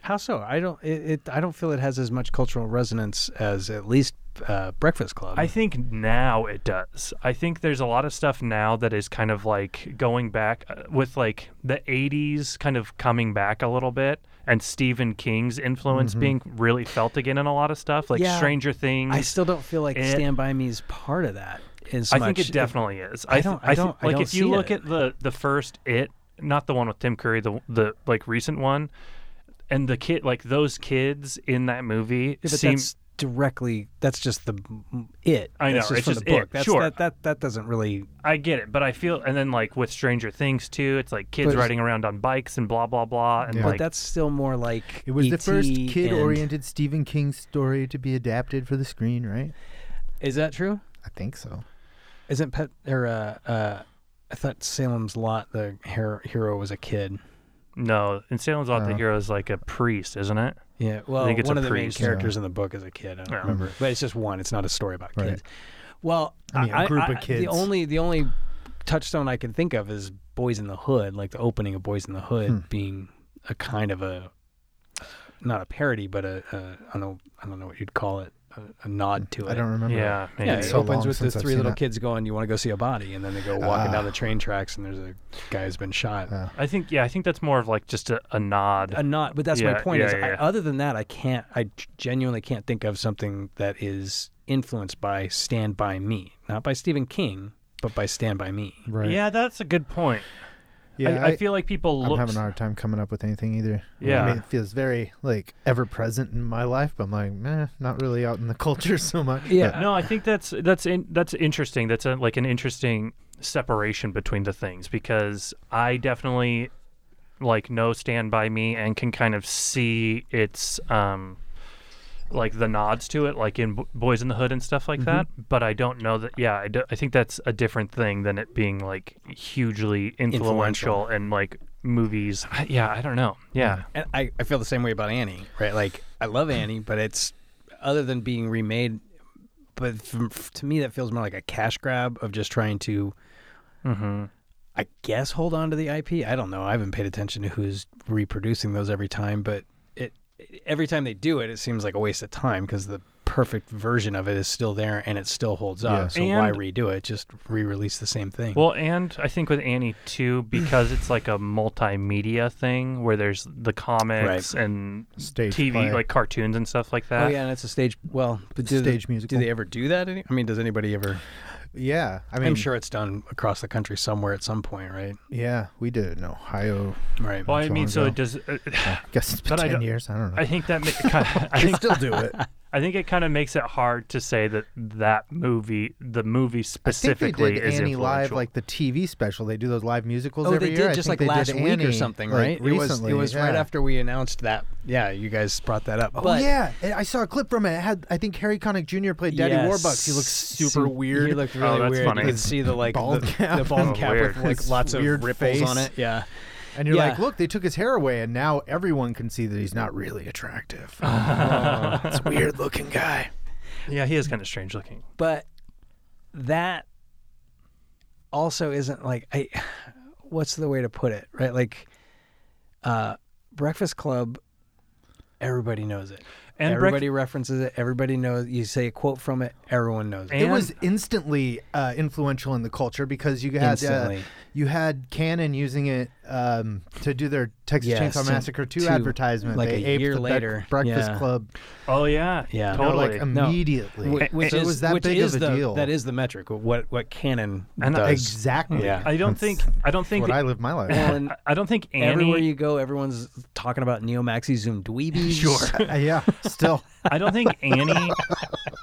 [SPEAKER 3] How so? I don't. It, it. I don't feel it has as much cultural resonance as at least uh, Breakfast Club.
[SPEAKER 2] I think now it does. I think there's a lot of stuff now that is kind of like going back uh, with like the 80s kind of coming back a little bit and Stephen King's influence being really felt again in a lot of stuff, like
[SPEAKER 3] Mm-hmm. Yeah.
[SPEAKER 2] Stranger Things.
[SPEAKER 3] I still don't feel like
[SPEAKER 2] It-
[SPEAKER 3] Stand By Me is part of that. As
[SPEAKER 2] I think
[SPEAKER 3] much.
[SPEAKER 2] it definitely is.
[SPEAKER 3] I
[SPEAKER 2] th-
[SPEAKER 3] don't- I
[SPEAKER 2] thi-
[SPEAKER 3] don't- I
[SPEAKER 2] like
[SPEAKER 3] don't
[SPEAKER 2] if you
[SPEAKER 3] see
[SPEAKER 2] look
[SPEAKER 3] it.
[SPEAKER 2] at the the first it, not the one with Tim Curry, the the like recent one, and the kid like those kids in that movie
[SPEAKER 3] Yeah, but
[SPEAKER 2] seem
[SPEAKER 3] that's directly. That's just the m- it.
[SPEAKER 2] I know,
[SPEAKER 3] That's just
[SPEAKER 2] it's
[SPEAKER 3] from
[SPEAKER 2] just
[SPEAKER 3] the book.
[SPEAKER 2] it,
[SPEAKER 3] That's,
[SPEAKER 2] sure.
[SPEAKER 3] That, that that doesn't really.
[SPEAKER 2] I get it, but I feel and then like with Stranger Things too, it's like kids
[SPEAKER 3] But-
[SPEAKER 2] riding around on bikes and blah blah blah and
[SPEAKER 3] But
[SPEAKER 2] like
[SPEAKER 3] that's still more like.
[SPEAKER 4] It was the
[SPEAKER 3] ET
[SPEAKER 4] first
[SPEAKER 3] E and-
[SPEAKER 4] kid-oriented Stephen King story to be adapted for the screen, right?
[SPEAKER 3] Is that true?
[SPEAKER 4] I think so.
[SPEAKER 3] Isn't Pet or uh, uh, I thought Salem's Lot the hero, hero was a kid.
[SPEAKER 2] no, in Salem's Lot the hero is like a priest, isn't it?
[SPEAKER 3] Yeah, well,
[SPEAKER 2] think it's
[SPEAKER 3] one
[SPEAKER 2] a
[SPEAKER 3] of the
[SPEAKER 2] priest,
[SPEAKER 3] main characters in the book is a kid. I don't
[SPEAKER 2] Yeah.
[SPEAKER 3] remember, but it's just one. It's not a story about
[SPEAKER 4] Right.
[SPEAKER 3] kids. Well,
[SPEAKER 4] I mean, a group of
[SPEAKER 3] The
[SPEAKER 4] kids.
[SPEAKER 3] only the only touchstone I can think of is
[SPEAKER 4] Hmm.
[SPEAKER 3] Boys in the Hood, like the opening of Boys in the Hood being a kind of a not a parody, but a, a I don't know I don't know what you'd call it, a, a nod to it.
[SPEAKER 4] I don't remember.
[SPEAKER 2] Yeah, maybe.
[SPEAKER 3] Yeah, it
[SPEAKER 4] It's so
[SPEAKER 3] opens
[SPEAKER 4] long
[SPEAKER 3] with the
[SPEAKER 4] since I've
[SPEAKER 3] three
[SPEAKER 4] seen
[SPEAKER 3] little
[SPEAKER 4] it. Ah.
[SPEAKER 3] kids going, "You want to go see a body?" and then they go walking down the train tracks, and there's a guy who's been shot.
[SPEAKER 2] I think yeah, I think that's more of like just a, a nod.
[SPEAKER 3] a not, but that's my
[SPEAKER 2] Yeah,
[SPEAKER 3] point.
[SPEAKER 2] yeah,
[SPEAKER 3] is
[SPEAKER 2] yeah,
[SPEAKER 3] I,
[SPEAKER 2] yeah.
[SPEAKER 3] other than that, I can't. I genuinely can't think of something that is influenced by Stand by Me, not by Stephen King, but by Stand by Me.
[SPEAKER 4] Right.
[SPEAKER 2] Yeah, that's a good point. I,
[SPEAKER 4] Yeah.
[SPEAKER 2] I feel like people
[SPEAKER 4] I'm
[SPEAKER 2] look.
[SPEAKER 4] having a hard time coming up with anything either.
[SPEAKER 2] Yeah.
[SPEAKER 4] I mean, it feels very like ever present in my life, but I'm like, meh, not really out in the culture so much.
[SPEAKER 3] Yeah.
[SPEAKER 2] no, I think that's that's in, that's interesting. That's a, like an interesting separation between the things because I definitely like know Stand by Me and can kind of see its um like the nods to it, like in Bo- Boys in the Hood and stuff like that. But I don't know that. Yeah, I, do- I think that's a different thing than it being like hugely influential,
[SPEAKER 3] Influential.
[SPEAKER 2] and like movies. I, yeah, I don't know. Yeah.
[SPEAKER 3] And I, I feel the same way about Annie, right? Like I love Annie, but it's other than being remade, but from, to me that feels more like a cash grab of just trying to, I guess, hold on to the IP. I don't know. I haven't paid attention to who's reproducing those every time, but it every time they do it, it seems like a waste of time because the perfect version of it is still there and it still holds
[SPEAKER 4] Yeah.
[SPEAKER 3] up. So why
[SPEAKER 2] And-
[SPEAKER 3] redo it? Just re-release the same thing.
[SPEAKER 2] Well, and I think with Annie too, because it's like a multimedia thing where there's the comics and
[SPEAKER 4] Stage
[SPEAKER 2] TV,
[SPEAKER 4] play.
[SPEAKER 2] like cartoons and stuff like that.
[SPEAKER 3] oh yeah, and it's a stage. Well, but do
[SPEAKER 4] Stage
[SPEAKER 3] they,
[SPEAKER 4] musical.
[SPEAKER 3] Do they ever do that? Any, I mean, does anybody ever?
[SPEAKER 4] Yeah. I mean,
[SPEAKER 3] I'm sure it's done across the country somewhere at some point, right?
[SPEAKER 4] Yeah, we did it in Ohio.
[SPEAKER 3] Right.
[SPEAKER 2] Well, I
[SPEAKER 4] That's
[SPEAKER 2] mean,
[SPEAKER 4] long
[SPEAKER 2] so
[SPEAKER 4] ago.
[SPEAKER 2] it does. Uh,
[SPEAKER 4] guess it's been
[SPEAKER 2] But I
[SPEAKER 4] 10
[SPEAKER 2] don't-
[SPEAKER 4] years. I don't know.
[SPEAKER 2] I think that. Ma- I
[SPEAKER 4] can
[SPEAKER 2] think
[SPEAKER 4] still do it.
[SPEAKER 2] I think it kind of makes it hard to say that that movie, the movie
[SPEAKER 4] I think they
[SPEAKER 2] specifically,
[SPEAKER 4] did
[SPEAKER 2] is
[SPEAKER 4] Annie live,
[SPEAKER 2] influential.
[SPEAKER 4] like the TV special. They do those live musicals
[SPEAKER 3] oh,
[SPEAKER 4] every
[SPEAKER 3] they
[SPEAKER 4] year.
[SPEAKER 3] did
[SPEAKER 4] I
[SPEAKER 3] just like
[SPEAKER 4] think they
[SPEAKER 3] last
[SPEAKER 4] did
[SPEAKER 3] week or
[SPEAKER 4] Annie,
[SPEAKER 3] something,
[SPEAKER 4] like,
[SPEAKER 3] right?
[SPEAKER 4] Recently,
[SPEAKER 3] it was, it was right
[SPEAKER 4] yeah.
[SPEAKER 3] after we announced that. Yeah, you guys brought that up.
[SPEAKER 4] Oh yeah, And I saw a clip from it. It had I think Harry Connick Jr. played Daddy Warbucks. He looks super
[SPEAKER 3] su-
[SPEAKER 4] weird.
[SPEAKER 3] He looked really
[SPEAKER 2] that's
[SPEAKER 3] weird.
[SPEAKER 2] funny.
[SPEAKER 3] You could see the like
[SPEAKER 4] Bald
[SPEAKER 3] the,
[SPEAKER 4] cap.
[SPEAKER 3] the bald
[SPEAKER 2] Oh,
[SPEAKER 3] cap
[SPEAKER 2] weird.
[SPEAKER 3] with like
[SPEAKER 4] His
[SPEAKER 3] lots of
[SPEAKER 4] weird
[SPEAKER 3] ripples
[SPEAKER 4] face.
[SPEAKER 3] on it. Yeah.
[SPEAKER 4] and you're
[SPEAKER 3] yeah.
[SPEAKER 4] like, look, they took his hair away, and now everyone can see that he's not really attractive. it's a weird looking guy.
[SPEAKER 2] yeah, he is kind of strange looking.
[SPEAKER 3] but that also isn't like I what's the way to put it, right? Like uh Breakfast Club everybody knows it.
[SPEAKER 2] And Breakf-
[SPEAKER 3] everybody references it. Everybody knows you say a quote from it, everyone knows it.
[SPEAKER 4] It
[SPEAKER 2] And-
[SPEAKER 4] was instantly uh, influential in the culture because you had uh,
[SPEAKER 3] Instantly.
[SPEAKER 4] you had Canon using it um, to do their Texas
[SPEAKER 3] Yes,
[SPEAKER 4] Chainsaw
[SPEAKER 3] to-
[SPEAKER 4] Massacre two
[SPEAKER 3] to-
[SPEAKER 4] advertisement.
[SPEAKER 3] like
[SPEAKER 4] they
[SPEAKER 3] a
[SPEAKER 4] aped
[SPEAKER 3] year
[SPEAKER 4] the Bre-
[SPEAKER 3] later.
[SPEAKER 4] Breakfast
[SPEAKER 3] Yeah.
[SPEAKER 4] Club,
[SPEAKER 2] Oh yeah,
[SPEAKER 3] Yeah.
[SPEAKER 4] you know,
[SPEAKER 2] totally.
[SPEAKER 4] like immediately.
[SPEAKER 3] Wh- Which
[SPEAKER 4] so
[SPEAKER 3] is
[SPEAKER 4] it was that
[SPEAKER 3] which
[SPEAKER 4] big
[SPEAKER 3] is
[SPEAKER 4] of a
[SPEAKER 3] the,
[SPEAKER 4] deal.
[SPEAKER 3] That is the metric. What what canon
[SPEAKER 2] And I-
[SPEAKER 3] does.
[SPEAKER 4] exactly.
[SPEAKER 3] Yeah.
[SPEAKER 2] I don't think. I don't think.
[SPEAKER 4] what I live my life.
[SPEAKER 3] Well,
[SPEAKER 4] on.
[SPEAKER 3] and
[SPEAKER 2] I don't think Annie.
[SPEAKER 3] everywhere you go, everyone's talking about neo maxi zoom dweebies. Sure.
[SPEAKER 4] Uh, yeah, still.
[SPEAKER 2] I don't think Annie.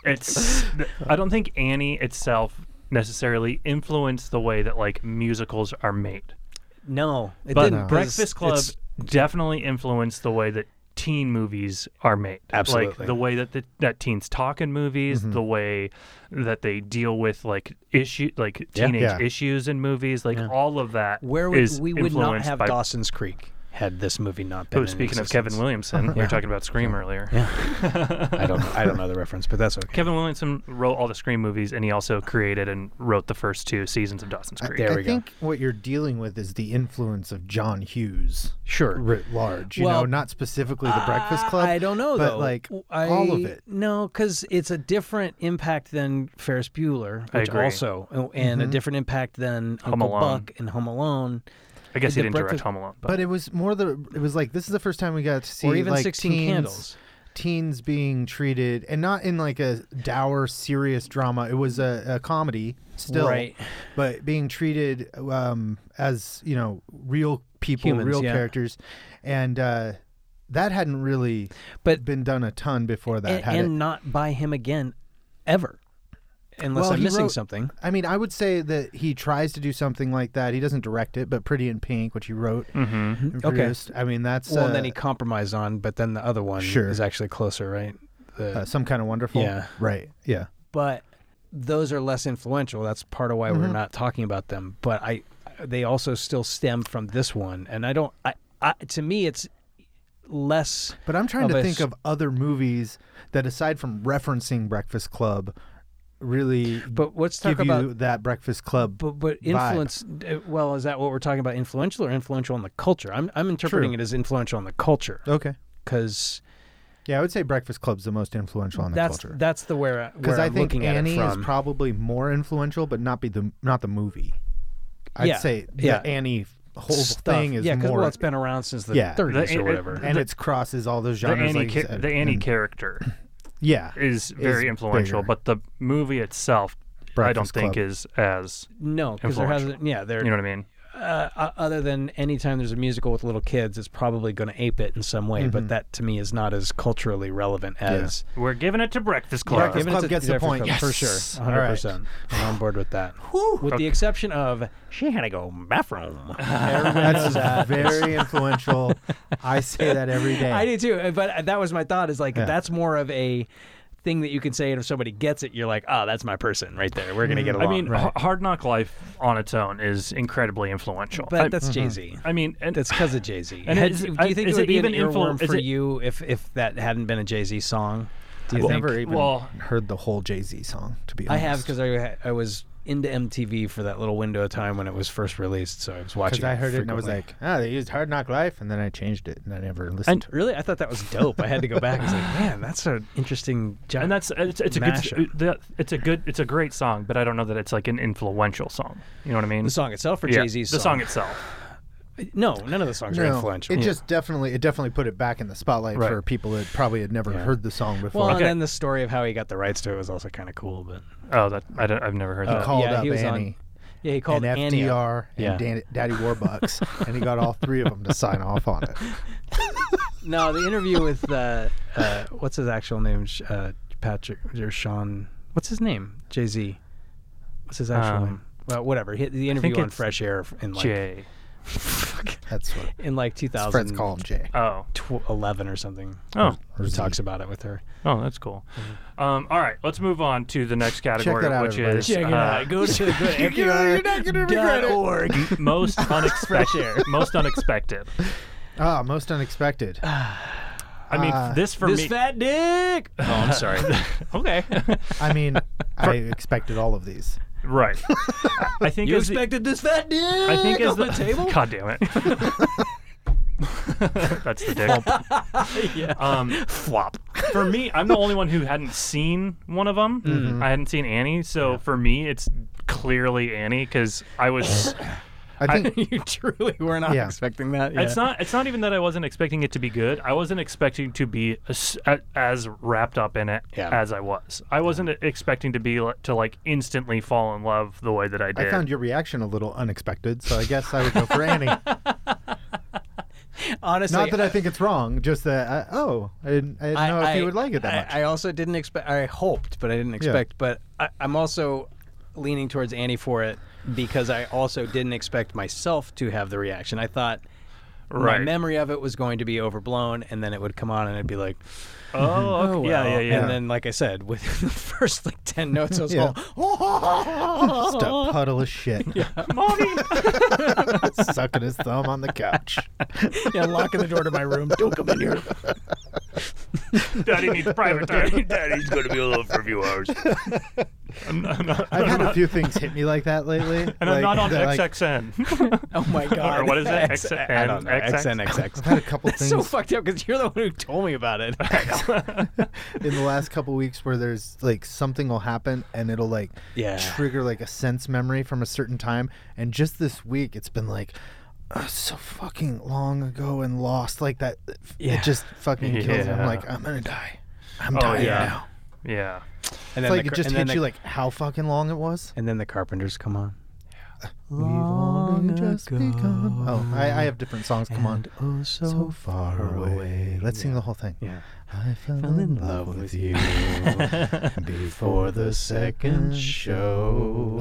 [SPEAKER 2] It's. I don't think Annie itself necessarily influenced the way that like musicals are made.
[SPEAKER 3] No, it
[SPEAKER 2] But
[SPEAKER 3] didn't. 'cause
[SPEAKER 2] Breakfast Club
[SPEAKER 3] it's-
[SPEAKER 2] definitely influenced the way that teen movies are made.
[SPEAKER 3] Absolutely. Mm-hmm.
[SPEAKER 2] Like the way that the, that teens talk in movies, the way that they deal with like issue like
[SPEAKER 3] Yeah.
[SPEAKER 2] teenage
[SPEAKER 4] Yeah.
[SPEAKER 2] issues in movies, like all of that
[SPEAKER 3] Where would
[SPEAKER 2] is
[SPEAKER 3] we would not
[SPEAKER 2] influenced
[SPEAKER 3] have
[SPEAKER 2] by
[SPEAKER 3] Dawson's Creek had this movie not been.
[SPEAKER 2] Oh,
[SPEAKER 3] in
[SPEAKER 2] speaking of
[SPEAKER 3] existence.
[SPEAKER 2] Kevin Williamson, we were talking about Scream earlier.
[SPEAKER 3] I don't I don't know the reference, but that's okay.
[SPEAKER 2] Kevin Williamson wrote all the Scream movies, and he also created and wrote the first two seasons of Dawson's Creek.
[SPEAKER 3] There
[SPEAKER 4] I
[SPEAKER 3] we go.
[SPEAKER 4] think what you're dealing with is the influence of John Hughes
[SPEAKER 3] Sure.
[SPEAKER 4] writ large. You
[SPEAKER 3] Well, uh,
[SPEAKER 4] know, not specifically the Breakfast Club.
[SPEAKER 3] I don't know
[SPEAKER 4] but
[SPEAKER 3] though.
[SPEAKER 4] like
[SPEAKER 3] W-
[SPEAKER 4] all of
[SPEAKER 3] I-
[SPEAKER 4] it.
[SPEAKER 3] No, because it's a different impact than Ferris Bueller,
[SPEAKER 2] I
[SPEAKER 3] which
[SPEAKER 2] agree.
[SPEAKER 3] also, and- and
[SPEAKER 4] Mm-hmm.
[SPEAKER 3] a different impact than Uncle
[SPEAKER 2] Alone.
[SPEAKER 3] Buck and Home Alone,
[SPEAKER 2] I guess he
[SPEAKER 3] the
[SPEAKER 2] didn't direct
[SPEAKER 3] breakfast-
[SPEAKER 2] Home Alone, but,
[SPEAKER 4] But it was more the. It was like this is the first time we got to see
[SPEAKER 3] or even
[SPEAKER 4] like
[SPEAKER 3] Sixteen
[SPEAKER 4] teens,
[SPEAKER 3] Candles.
[SPEAKER 4] Teens being treated, and not in like a dour, serious drama. It was a, a comedy still,
[SPEAKER 3] Right.
[SPEAKER 4] But being treated um, as you know, real people,
[SPEAKER 3] Humans,
[SPEAKER 4] real
[SPEAKER 3] yeah.
[SPEAKER 4] characters, and uh, that hadn't really
[SPEAKER 3] But-
[SPEAKER 4] been done a ton before that.
[SPEAKER 3] and,
[SPEAKER 4] had it?
[SPEAKER 3] and not by him again, ever, unless
[SPEAKER 4] Well,
[SPEAKER 3] I'm
[SPEAKER 4] he
[SPEAKER 3] missing
[SPEAKER 4] wrote-
[SPEAKER 3] something.
[SPEAKER 4] I mean, I would say that he tries to do something like that. He doesn't direct it, but Pretty in Pink, which he wrote and
[SPEAKER 3] Mm-hmm. Okay.
[SPEAKER 4] produced. I mean, that's
[SPEAKER 3] Well,
[SPEAKER 4] uh,
[SPEAKER 3] and then he compromised on, but then the other one
[SPEAKER 4] Sure.
[SPEAKER 3] is actually closer, right? The,
[SPEAKER 4] uh, some kind of wonderful.
[SPEAKER 3] Yeah.
[SPEAKER 4] Right. Yeah.
[SPEAKER 3] but those are less influential. That's part of why we're
[SPEAKER 4] Mm-hmm.
[SPEAKER 3] not talking about them. But I, they also still stem from this one, and I don't. I, I to me, it's less.
[SPEAKER 4] But I'm trying
[SPEAKER 3] Of
[SPEAKER 4] to
[SPEAKER 3] a
[SPEAKER 4] think
[SPEAKER 3] s-
[SPEAKER 4] of other movies that, aside from referencing Breakfast Club, really
[SPEAKER 3] But let's talk
[SPEAKER 4] give you
[SPEAKER 3] about.
[SPEAKER 4] that Breakfast Club.
[SPEAKER 3] But but
[SPEAKER 4] vibe.
[SPEAKER 3] influence. uh, Well, is that what we're talking about? Influential or influential on the culture? I'm I'm interpreting
[SPEAKER 4] True.
[SPEAKER 3] it as influential on the culture
[SPEAKER 4] Okay.
[SPEAKER 3] because
[SPEAKER 4] Yeah, I would say Breakfast Club's the most influential on the
[SPEAKER 3] that's
[SPEAKER 4] culture.
[SPEAKER 3] that's the where because
[SPEAKER 4] Because I think
[SPEAKER 3] looking
[SPEAKER 4] Annie
[SPEAKER 3] at it
[SPEAKER 4] is
[SPEAKER 3] from.
[SPEAKER 4] probably more influential, but not be the not the movie. I'd
[SPEAKER 3] Yeah,
[SPEAKER 4] say the
[SPEAKER 3] yeah.
[SPEAKER 4] Annie whole
[SPEAKER 3] Stuff.
[SPEAKER 4] thing is
[SPEAKER 3] yeah, 'cause,
[SPEAKER 4] more
[SPEAKER 3] well, it's been around since the
[SPEAKER 4] Yeah.
[SPEAKER 3] 30s
[SPEAKER 2] The-
[SPEAKER 3] or
[SPEAKER 2] it-
[SPEAKER 3] whatever.
[SPEAKER 4] and it's crosses all those
[SPEAKER 2] The
[SPEAKER 4] genres.
[SPEAKER 2] Annie,
[SPEAKER 4] like you
[SPEAKER 2] cha-
[SPEAKER 4] said,
[SPEAKER 2] the Annie
[SPEAKER 4] and-
[SPEAKER 2] character
[SPEAKER 4] yeah,
[SPEAKER 2] is very influential,
[SPEAKER 4] bigger.
[SPEAKER 2] but the movie itself, I don't
[SPEAKER 4] Breakfast
[SPEAKER 2] think
[SPEAKER 4] Club.
[SPEAKER 2] is as
[SPEAKER 3] no, because there
[SPEAKER 2] influential.
[SPEAKER 3] hasn't. Yeah, there.
[SPEAKER 2] you know what I mean.
[SPEAKER 3] uh, o- other than anytime there's a musical with little kids, it's probably going to ape it in some way.
[SPEAKER 2] Mm-hmm.
[SPEAKER 3] But that to me is not as culturally relevant as
[SPEAKER 2] We're giving it to Breakfast Club.
[SPEAKER 4] Breakfast-
[SPEAKER 3] Even
[SPEAKER 4] Club
[SPEAKER 3] it's a-
[SPEAKER 4] gets the
[SPEAKER 3] Breakfast
[SPEAKER 4] point.
[SPEAKER 3] Club, for
[SPEAKER 4] Yes.
[SPEAKER 3] sure,
[SPEAKER 4] All
[SPEAKER 3] hundred
[SPEAKER 4] right.
[SPEAKER 3] percent. I'm on board with that. With the exception of she had to go bathroom. Everybody knows
[SPEAKER 4] That's
[SPEAKER 3] that.
[SPEAKER 4] very influential. I say that every day.
[SPEAKER 3] I do too, but that was my thought. Is like
[SPEAKER 4] Yeah.
[SPEAKER 3] that's more of a thing that you can say, and if somebody gets it, you're like, oh, that's my person right there. We're gonna get
[SPEAKER 2] Mm, I
[SPEAKER 3] along.
[SPEAKER 2] mean, H- Hard Knock Life on its own is incredibly influential.
[SPEAKER 3] but
[SPEAKER 2] I,
[SPEAKER 3] that's Jay Z.
[SPEAKER 2] I mean, and
[SPEAKER 3] That's because of Jay Z. Do
[SPEAKER 2] Mm-hmm. And
[SPEAKER 3] you
[SPEAKER 2] is it-
[SPEAKER 3] think
[SPEAKER 2] I-
[SPEAKER 3] it
[SPEAKER 2] is
[SPEAKER 3] would
[SPEAKER 2] it
[SPEAKER 3] be an
[SPEAKER 2] even influ-
[SPEAKER 3] earworm
[SPEAKER 2] is
[SPEAKER 3] for
[SPEAKER 2] it-
[SPEAKER 3] you if if that hadn't been a Jay Z song? Do you
[SPEAKER 4] I've
[SPEAKER 3] think?
[SPEAKER 4] never even
[SPEAKER 2] well-
[SPEAKER 4] heard the whole Jay Z song. To be
[SPEAKER 3] I
[SPEAKER 4] honest,
[SPEAKER 3] have because I ha- I was into MTV for that little window of time when it was first released, so I was watching.
[SPEAKER 4] because I heard it and I was
[SPEAKER 3] frequently.
[SPEAKER 4] like, ah, they used Hard Knock Life, and then I changed it and I never listened. to it.
[SPEAKER 3] really, I thought that was dope. I had to go back. I was like, man, that's an interesting. Job.
[SPEAKER 2] and that's
[SPEAKER 3] uh,
[SPEAKER 2] it's, it's a good s-
[SPEAKER 3] Mashup.
[SPEAKER 2] the- it's a good it's a great song, but I don't know that it's like an influential song. You know what I mean?
[SPEAKER 3] the song itself or
[SPEAKER 2] yeah,
[SPEAKER 3] Jay Z's
[SPEAKER 2] the song itself.
[SPEAKER 3] No, none of the songs are influential.
[SPEAKER 4] It just definitely it definitely put it back in the spotlight
[SPEAKER 2] Right.
[SPEAKER 4] for people that probably had never
[SPEAKER 3] Yeah.
[SPEAKER 4] heard the song before.
[SPEAKER 3] well, and
[SPEAKER 2] Okay.
[SPEAKER 3] then the story of how he got the rights to it was also kind of cool. But
[SPEAKER 2] Oh, that I don't, I've never heard that.
[SPEAKER 4] Called
[SPEAKER 3] yeah,
[SPEAKER 4] up
[SPEAKER 3] he was on-
[SPEAKER 4] Annie
[SPEAKER 3] yeah, he called
[SPEAKER 4] and
[SPEAKER 3] Annie up.
[SPEAKER 4] FDR
[SPEAKER 3] Yeah.
[SPEAKER 4] and Dan- Daddy Warbucks, and he got all three of them to sign off on it.
[SPEAKER 3] No, the interview with uh, uh, what's his actual name? Sh- Uh, Patrick or Sean? What's his name? Jay Z. What's his actual
[SPEAKER 2] Um,
[SPEAKER 3] name? Well, whatever. He, the interview on
[SPEAKER 2] it's
[SPEAKER 3] Fresh Air in like
[SPEAKER 2] Jay.
[SPEAKER 4] That's what
[SPEAKER 3] in like
[SPEAKER 4] his friends call
[SPEAKER 3] 2011
[SPEAKER 4] him,
[SPEAKER 2] Oh,
[SPEAKER 4] Jay.
[SPEAKER 3] or something.
[SPEAKER 2] oh,
[SPEAKER 3] He talks about it with her.
[SPEAKER 2] oh, that's cool.
[SPEAKER 3] Mm-hmm.
[SPEAKER 2] Um, all right, let's move on to the next category,
[SPEAKER 4] that out,
[SPEAKER 2] which
[SPEAKER 4] everybody.
[SPEAKER 2] is
[SPEAKER 4] Check
[SPEAKER 2] uh,
[SPEAKER 3] Go to the
[SPEAKER 4] org.
[SPEAKER 2] most unexpected. most unexpected.
[SPEAKER 4] Ah, most
[SPEAKER 3] Uh,
[SPEAKER 4] unexpected.
[SPEAKER 2] I mean,
[SPEAKER 4] Uh,
[SPEAKER 2] this for
[SPEAKER 3] This
[SPEAKER 2] me.
[SPEAKER 3] fat dick. Oh, I'm sorry.
[SPEAKER 2] okay.
[SPEAKER 4] I mean, I expected all of these.
[SPEAKER 2] right. I think
[SPEAKER 3] you
[SPEAKER 2] as the-
[SPEAKER 3] expected this fat dick
[SPEAKER 2] I think
[SPEAKER 3] on
[SPEAKER 2] as
[SPEAKER 3] the, table.
[SPEAKER 2] God damn it. That's the dick.
[SPEAKER 3] yeah.
[SPEAKER 2] Um,
[SPEAKER 3] Flop.
[SPEAKER 2] for me, I'm the only one who hadn't seen one of them.
[SPEAKER 3] Mm-hmm.
[SPEAKER 2] I hadn't seen Annie, so for me, it's clearly Annie because I was.
[SPEAKER 4] I think
[SPEAKER 3] you truly were not
[SPEAKER 4] Yeah.
[SPEAKER 3] expecting that. Yeah.
[SPEAKER 2] It's not. It's not even that I wasn't expecting it to be good. I wasn't expecting to be as, a- as wrapped up in it
[SPEAKER 3] Yeah.
[SPEAKER 2] as I was. I wasn't expecting to be li- to like instantly fall in love the way that I did.
[SPEAKER 4] I found your reaction a little unexpected, so I guess I would go for Annie.
[SPEAKER 3] honestly.
[SPEAKER 4] Not that I think it's wrong, just that I, oh, I didn't, I didn't know if you would like it that
[SPEAKER 3] I-
[SPEAKER 4] much.
[SPEAKER 3] I, also didn't expect. I hoped, but I didn't expect. But I, I'm also leaning towards Annie for it because I also didn't expect myself to have the reaction. I thought my
[SPEAKER 2] Right.
[SPEAKER 3] memory of it was going to be overblown, and then it would come on, and it'd be like,
[SPEAKER 2] oh, okay.
[SPEAKER 3] oh,
[SPEAKER 2] yeah,
[SPEAKER 3] well.
[SPEAKER 2] yeah, yeah.
[SPEAKER 3] And then, like I said, within the first like ten notes, I was
[SPEAKER 4] Yeah.
[SPEAKER 3] all,
[SPEAKER 4] just a puddle of shit, sucking his thumb on the couch.
[SPEAKER 3] yeah, locking the door to my room. Don't come in here.
[SPEAKER 2] Daddy needs private time. Daddy's gonna be alone for a few hours. I'm not, I'm not,
[SPEAKER 4] I've had a few things hit me like that lately,
[SPEAKER 2] and I'm not on XXN.
[SPEAKER 3] Oh my god.
[SPEAKER 2] what is it?
[SPEAKER 3] X-
[SPEAKER 2] XN?
[SPEAKER 3] I don't know.
[SPEAKER 2] XX?
[SPEAKER 4] I've had a couple things
[SPEAKER 3] So fucked up because you're the one who told me about it.
[SPEAKER 4] in the last couple weeks where there's like something will happen and it'll like
[SPEAKER 3] Yeah.
[SPEAKER 4] trigger like a sense memory from a certain time. And just this week, it's been like "Ugh, so fucking long ago and lost like that.
[SPEAKER 3] Yeah.
[SPEAKER 4] It just fucking kills me.
[SPEAKER 2] Yeah.
[SPEAKER 4] I'm like, I'm gonna die. I'm dying
[SPEAKER 2] yeah.
[SPEAKER 4] now.
[SPEAKER 2] yeah.
[SPEAKER 3] And
[SPEAKER 4] It's
[SPEAKER 3] then
[SPEAKER 4] like
[SPEAKER 3] the
[SPEAKER 4] it
[SPEAKER 3] car-
[SPEAKER 4] just
[SPEAKER 3] and then
[SPEAKER 4] hits you
[SPEAKER 3] the-
[SPEAKER 4] like how fucking long it was.
[SPEAKER 3] And then the Carpenters come on.
[SPEAKER 4] We've only just begun. Oh, I, I have different songs. Come on.
[SPEAKER 3] Oh, so,
[SPEAKER 4] So far away. Let's sing the whole thing.
[SPEAKER 3] Yeah.
[SPEAKER 4] I fell in love with you before the second show.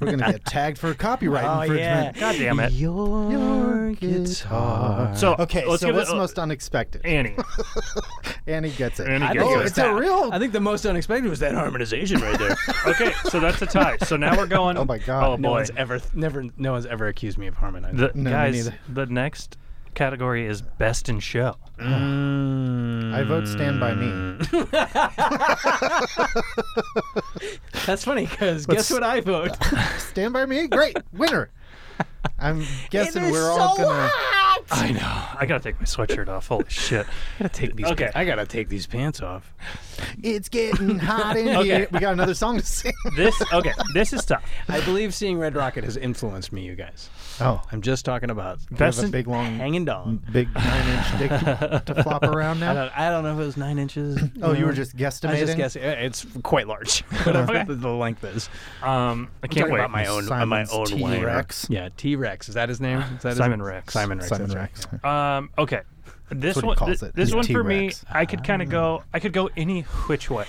[SPEAKER 4] We're gonna get tagged for
[SPEAKER 3] Oh,
[SPEAKER 4] copyright infringement.
[SPEAKER 2] God damn it.
[SPEAKER 3] Your, guitar.
[SPEAKER 2] So
[SPEAKER 4] Okay,
[SPEAKER 2] let's
[SPEAKER 4] so
[SPEAKER 2] give
[SPEAKER 4] what's
[SPEAKER 2] it, uh,
[SPEAKER 4] most unexpected?
[SPEAKER 2] Annie.
[SPEAKER 4] Annie gets it.
[SPEAKER 2] Annie
[SPEAKER 4] I
[SPEAKER 2] gets
[SPEAKER 4] know,
[SPEAKER 2] it.
[SPEAKER 4] It's a real.
[SPEAKER 3] I think the most unexpected was that harmonization right there.
[SPEAKER 2] Okay, so that's a tie. So now we're going.
[SPEAKER 4] Oh my God.
[SPEAKER 2] Oh
[SPEAKER 4] No
[SPEAKER 2] boy.
[SPEAKER 3] no one's ever, never, no one's ever accused me of harmonizing.
[SPEAKER 2] the,
[SPEAKER 4] me
[SPEAKER 2] guys,
[SPEAKER 4] neither.
[SPEAKER 2] the next category is best in show.
[SPEAKER 4] I vote Stand by Me.
[SPEAKER 3] That's funny because guess what I vote?
[SPEAKER 4] Stand by Me, great winner. I'm guessing
[SPEAKER 3] is
[SPEAKER 4] we're all
[SPEAKER 3] so
[SPEAKER 4] gonna.
[SPEAKER 2] I know. I gotta take my sweatshirt off. Holy shit.
[SPEAKER 3] I gotta take these.
[SPEAKER 2] Okay.
[SPEAKER 3] I gotta take these pants off.
[SPEAKER 4] It's getting hot in
[SPEAKER 2] Okay.
[SPEAKER 4] here. We got another song to sing.
[SPEAKER 2] This okay. This is tough.
[SPEAKER 3] I believe seeing Red Rocket has influenced me, you guys.
[SPEAKER 4] Oh,
[SPEAKER 3] I'm just talking about
[SPEAKER 4] that's
[SPEAKER 2] Best
[SPEAKER 4] a
[SPEAKER 2] in-
[SPEAKER 4] big long,
[SPEAKER 3] hanging dog.
[SPEAKER 4] big nine-inch dick to flop around now.
[SPEAKER 3] I don't, I don't know if it was nine inches.
[SPEAKER 4] Oh, you were just guesstimating.
[SPEAKER 3] I was just guessing. Uh, It's quite large. Whatever the, the length is.
[SPEAKER 2] Um, I
[SPEAKER 3] Talking
[SPEAKER 2] can't wait.
[SPEAKER 3] about my own, uh, my
[SPEAKER 4] Simon's
[SPEAKER 3] own wiener.
[SPEAKER 4] T-Rex.
[SPEAKER 3] Yeah, T Rex. Is that his name? Is that his-
[SPEAKER 2] Simon Rex.
[SPEAKER 3] Simon Rex.
[SPEAKER 4] Simon
[SPEAKER 3] that's right.
[SPEAKER 4] Rex.
[SPEAKER 2] Um, okay. This
[SPEAKER 4] what he
[SPEAKER 2] one,
[SPEAKER 4] calls
[SPEAKER 2] thi-
[SPEAKER 4] it.
[SPEAKER 2] this
[SPEAKER 4] Yeah.
[SPEAKER 2] one for me,
[SPEAKER 4] T-Rex.
[SPEAKER 2] I could kind of go. I could go any which way.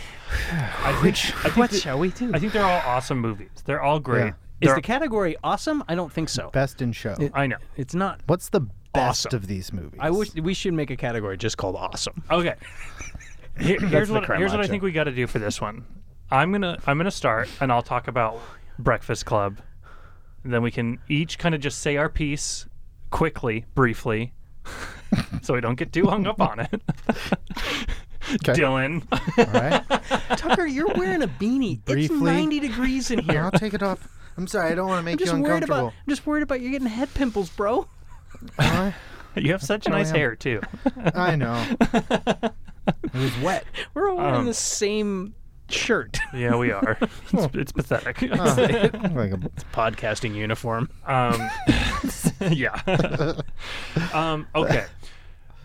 [SPEAKER 2] I think, I think
[SPEAKER 3] What
[SPEAKER 2] th-
[SPEAKER 3] shall we do?
[SPEAKER 2] I think they're all awesome movies. They're all great.
[SPEAKER 4] Mm. Yeah.
[SPEAKER 3] Is
[SPEAKER 2] They're-
[SPEAKER 3] the category awesome? I don't think so.
[SPEAKER 4] Best in show.
[SPEAKER 2] I know.
[SPEAKER 3] It's not.
[SPEAKER 4] What's the best
[SPEAKER 3] Awesome.
[SPEAKER 4] of these movies?
[SPEAKER 3] I wish we should make a category just called awesome.
[SPEAKER 2] Okay. Here- here's
[SPEAKER 3] the
[SPEAKER 2] what
[SPEAKER 3] creme
[SPEAKER 2] here's what I
[SPEAKER 3] macho.
[SPEAKER 2] think we got to do for this one. I'm gonna I'm gonna start and I'll talk about Breakfast Club. And then we can each kind of just say our piece quickly, briefly, so we don't get too hung up on it.
[SPEAKER 4] Okay.
[SPEAKER 2] Dylan,
[SPEAKER 4] All right.
[SPEAKER 3] Tucker, you're wearing a beanie.
[SPEAKER 4] Briefly.
[SPEAKER 3] It's 90 degrees in here.
[SPEAKER 4] I'll take it off. I'm sorry. I don't want to
[SPEAKER 3] I'm
[SPEAKER 4] make you
[SPEAKER 3] just worried about.
[SPEAKER 4] uncomfortable.
[SPEAKER 3] I'm just worried about you getting head pimples, bro.
[SPEAKER 4] Huh?
[SPEAKER 2] you have such nice
[SPEAKER 4] am.
[SPEAKER 2] hair too.
[SPEAKER 4] I know. It was wet.
[SPEAKER 3] We're all wearing
[SPEAKER 2] Um,
[SPEAKER 3] the same shirt.
[SPEAKER 2] Yeah, we are. It's, it's pathetic.
[SPEAKER 4] Like a
[SPEAKER 3] Podcasting uniform.
[SPEAKER 2] Um, yeah. um, okay.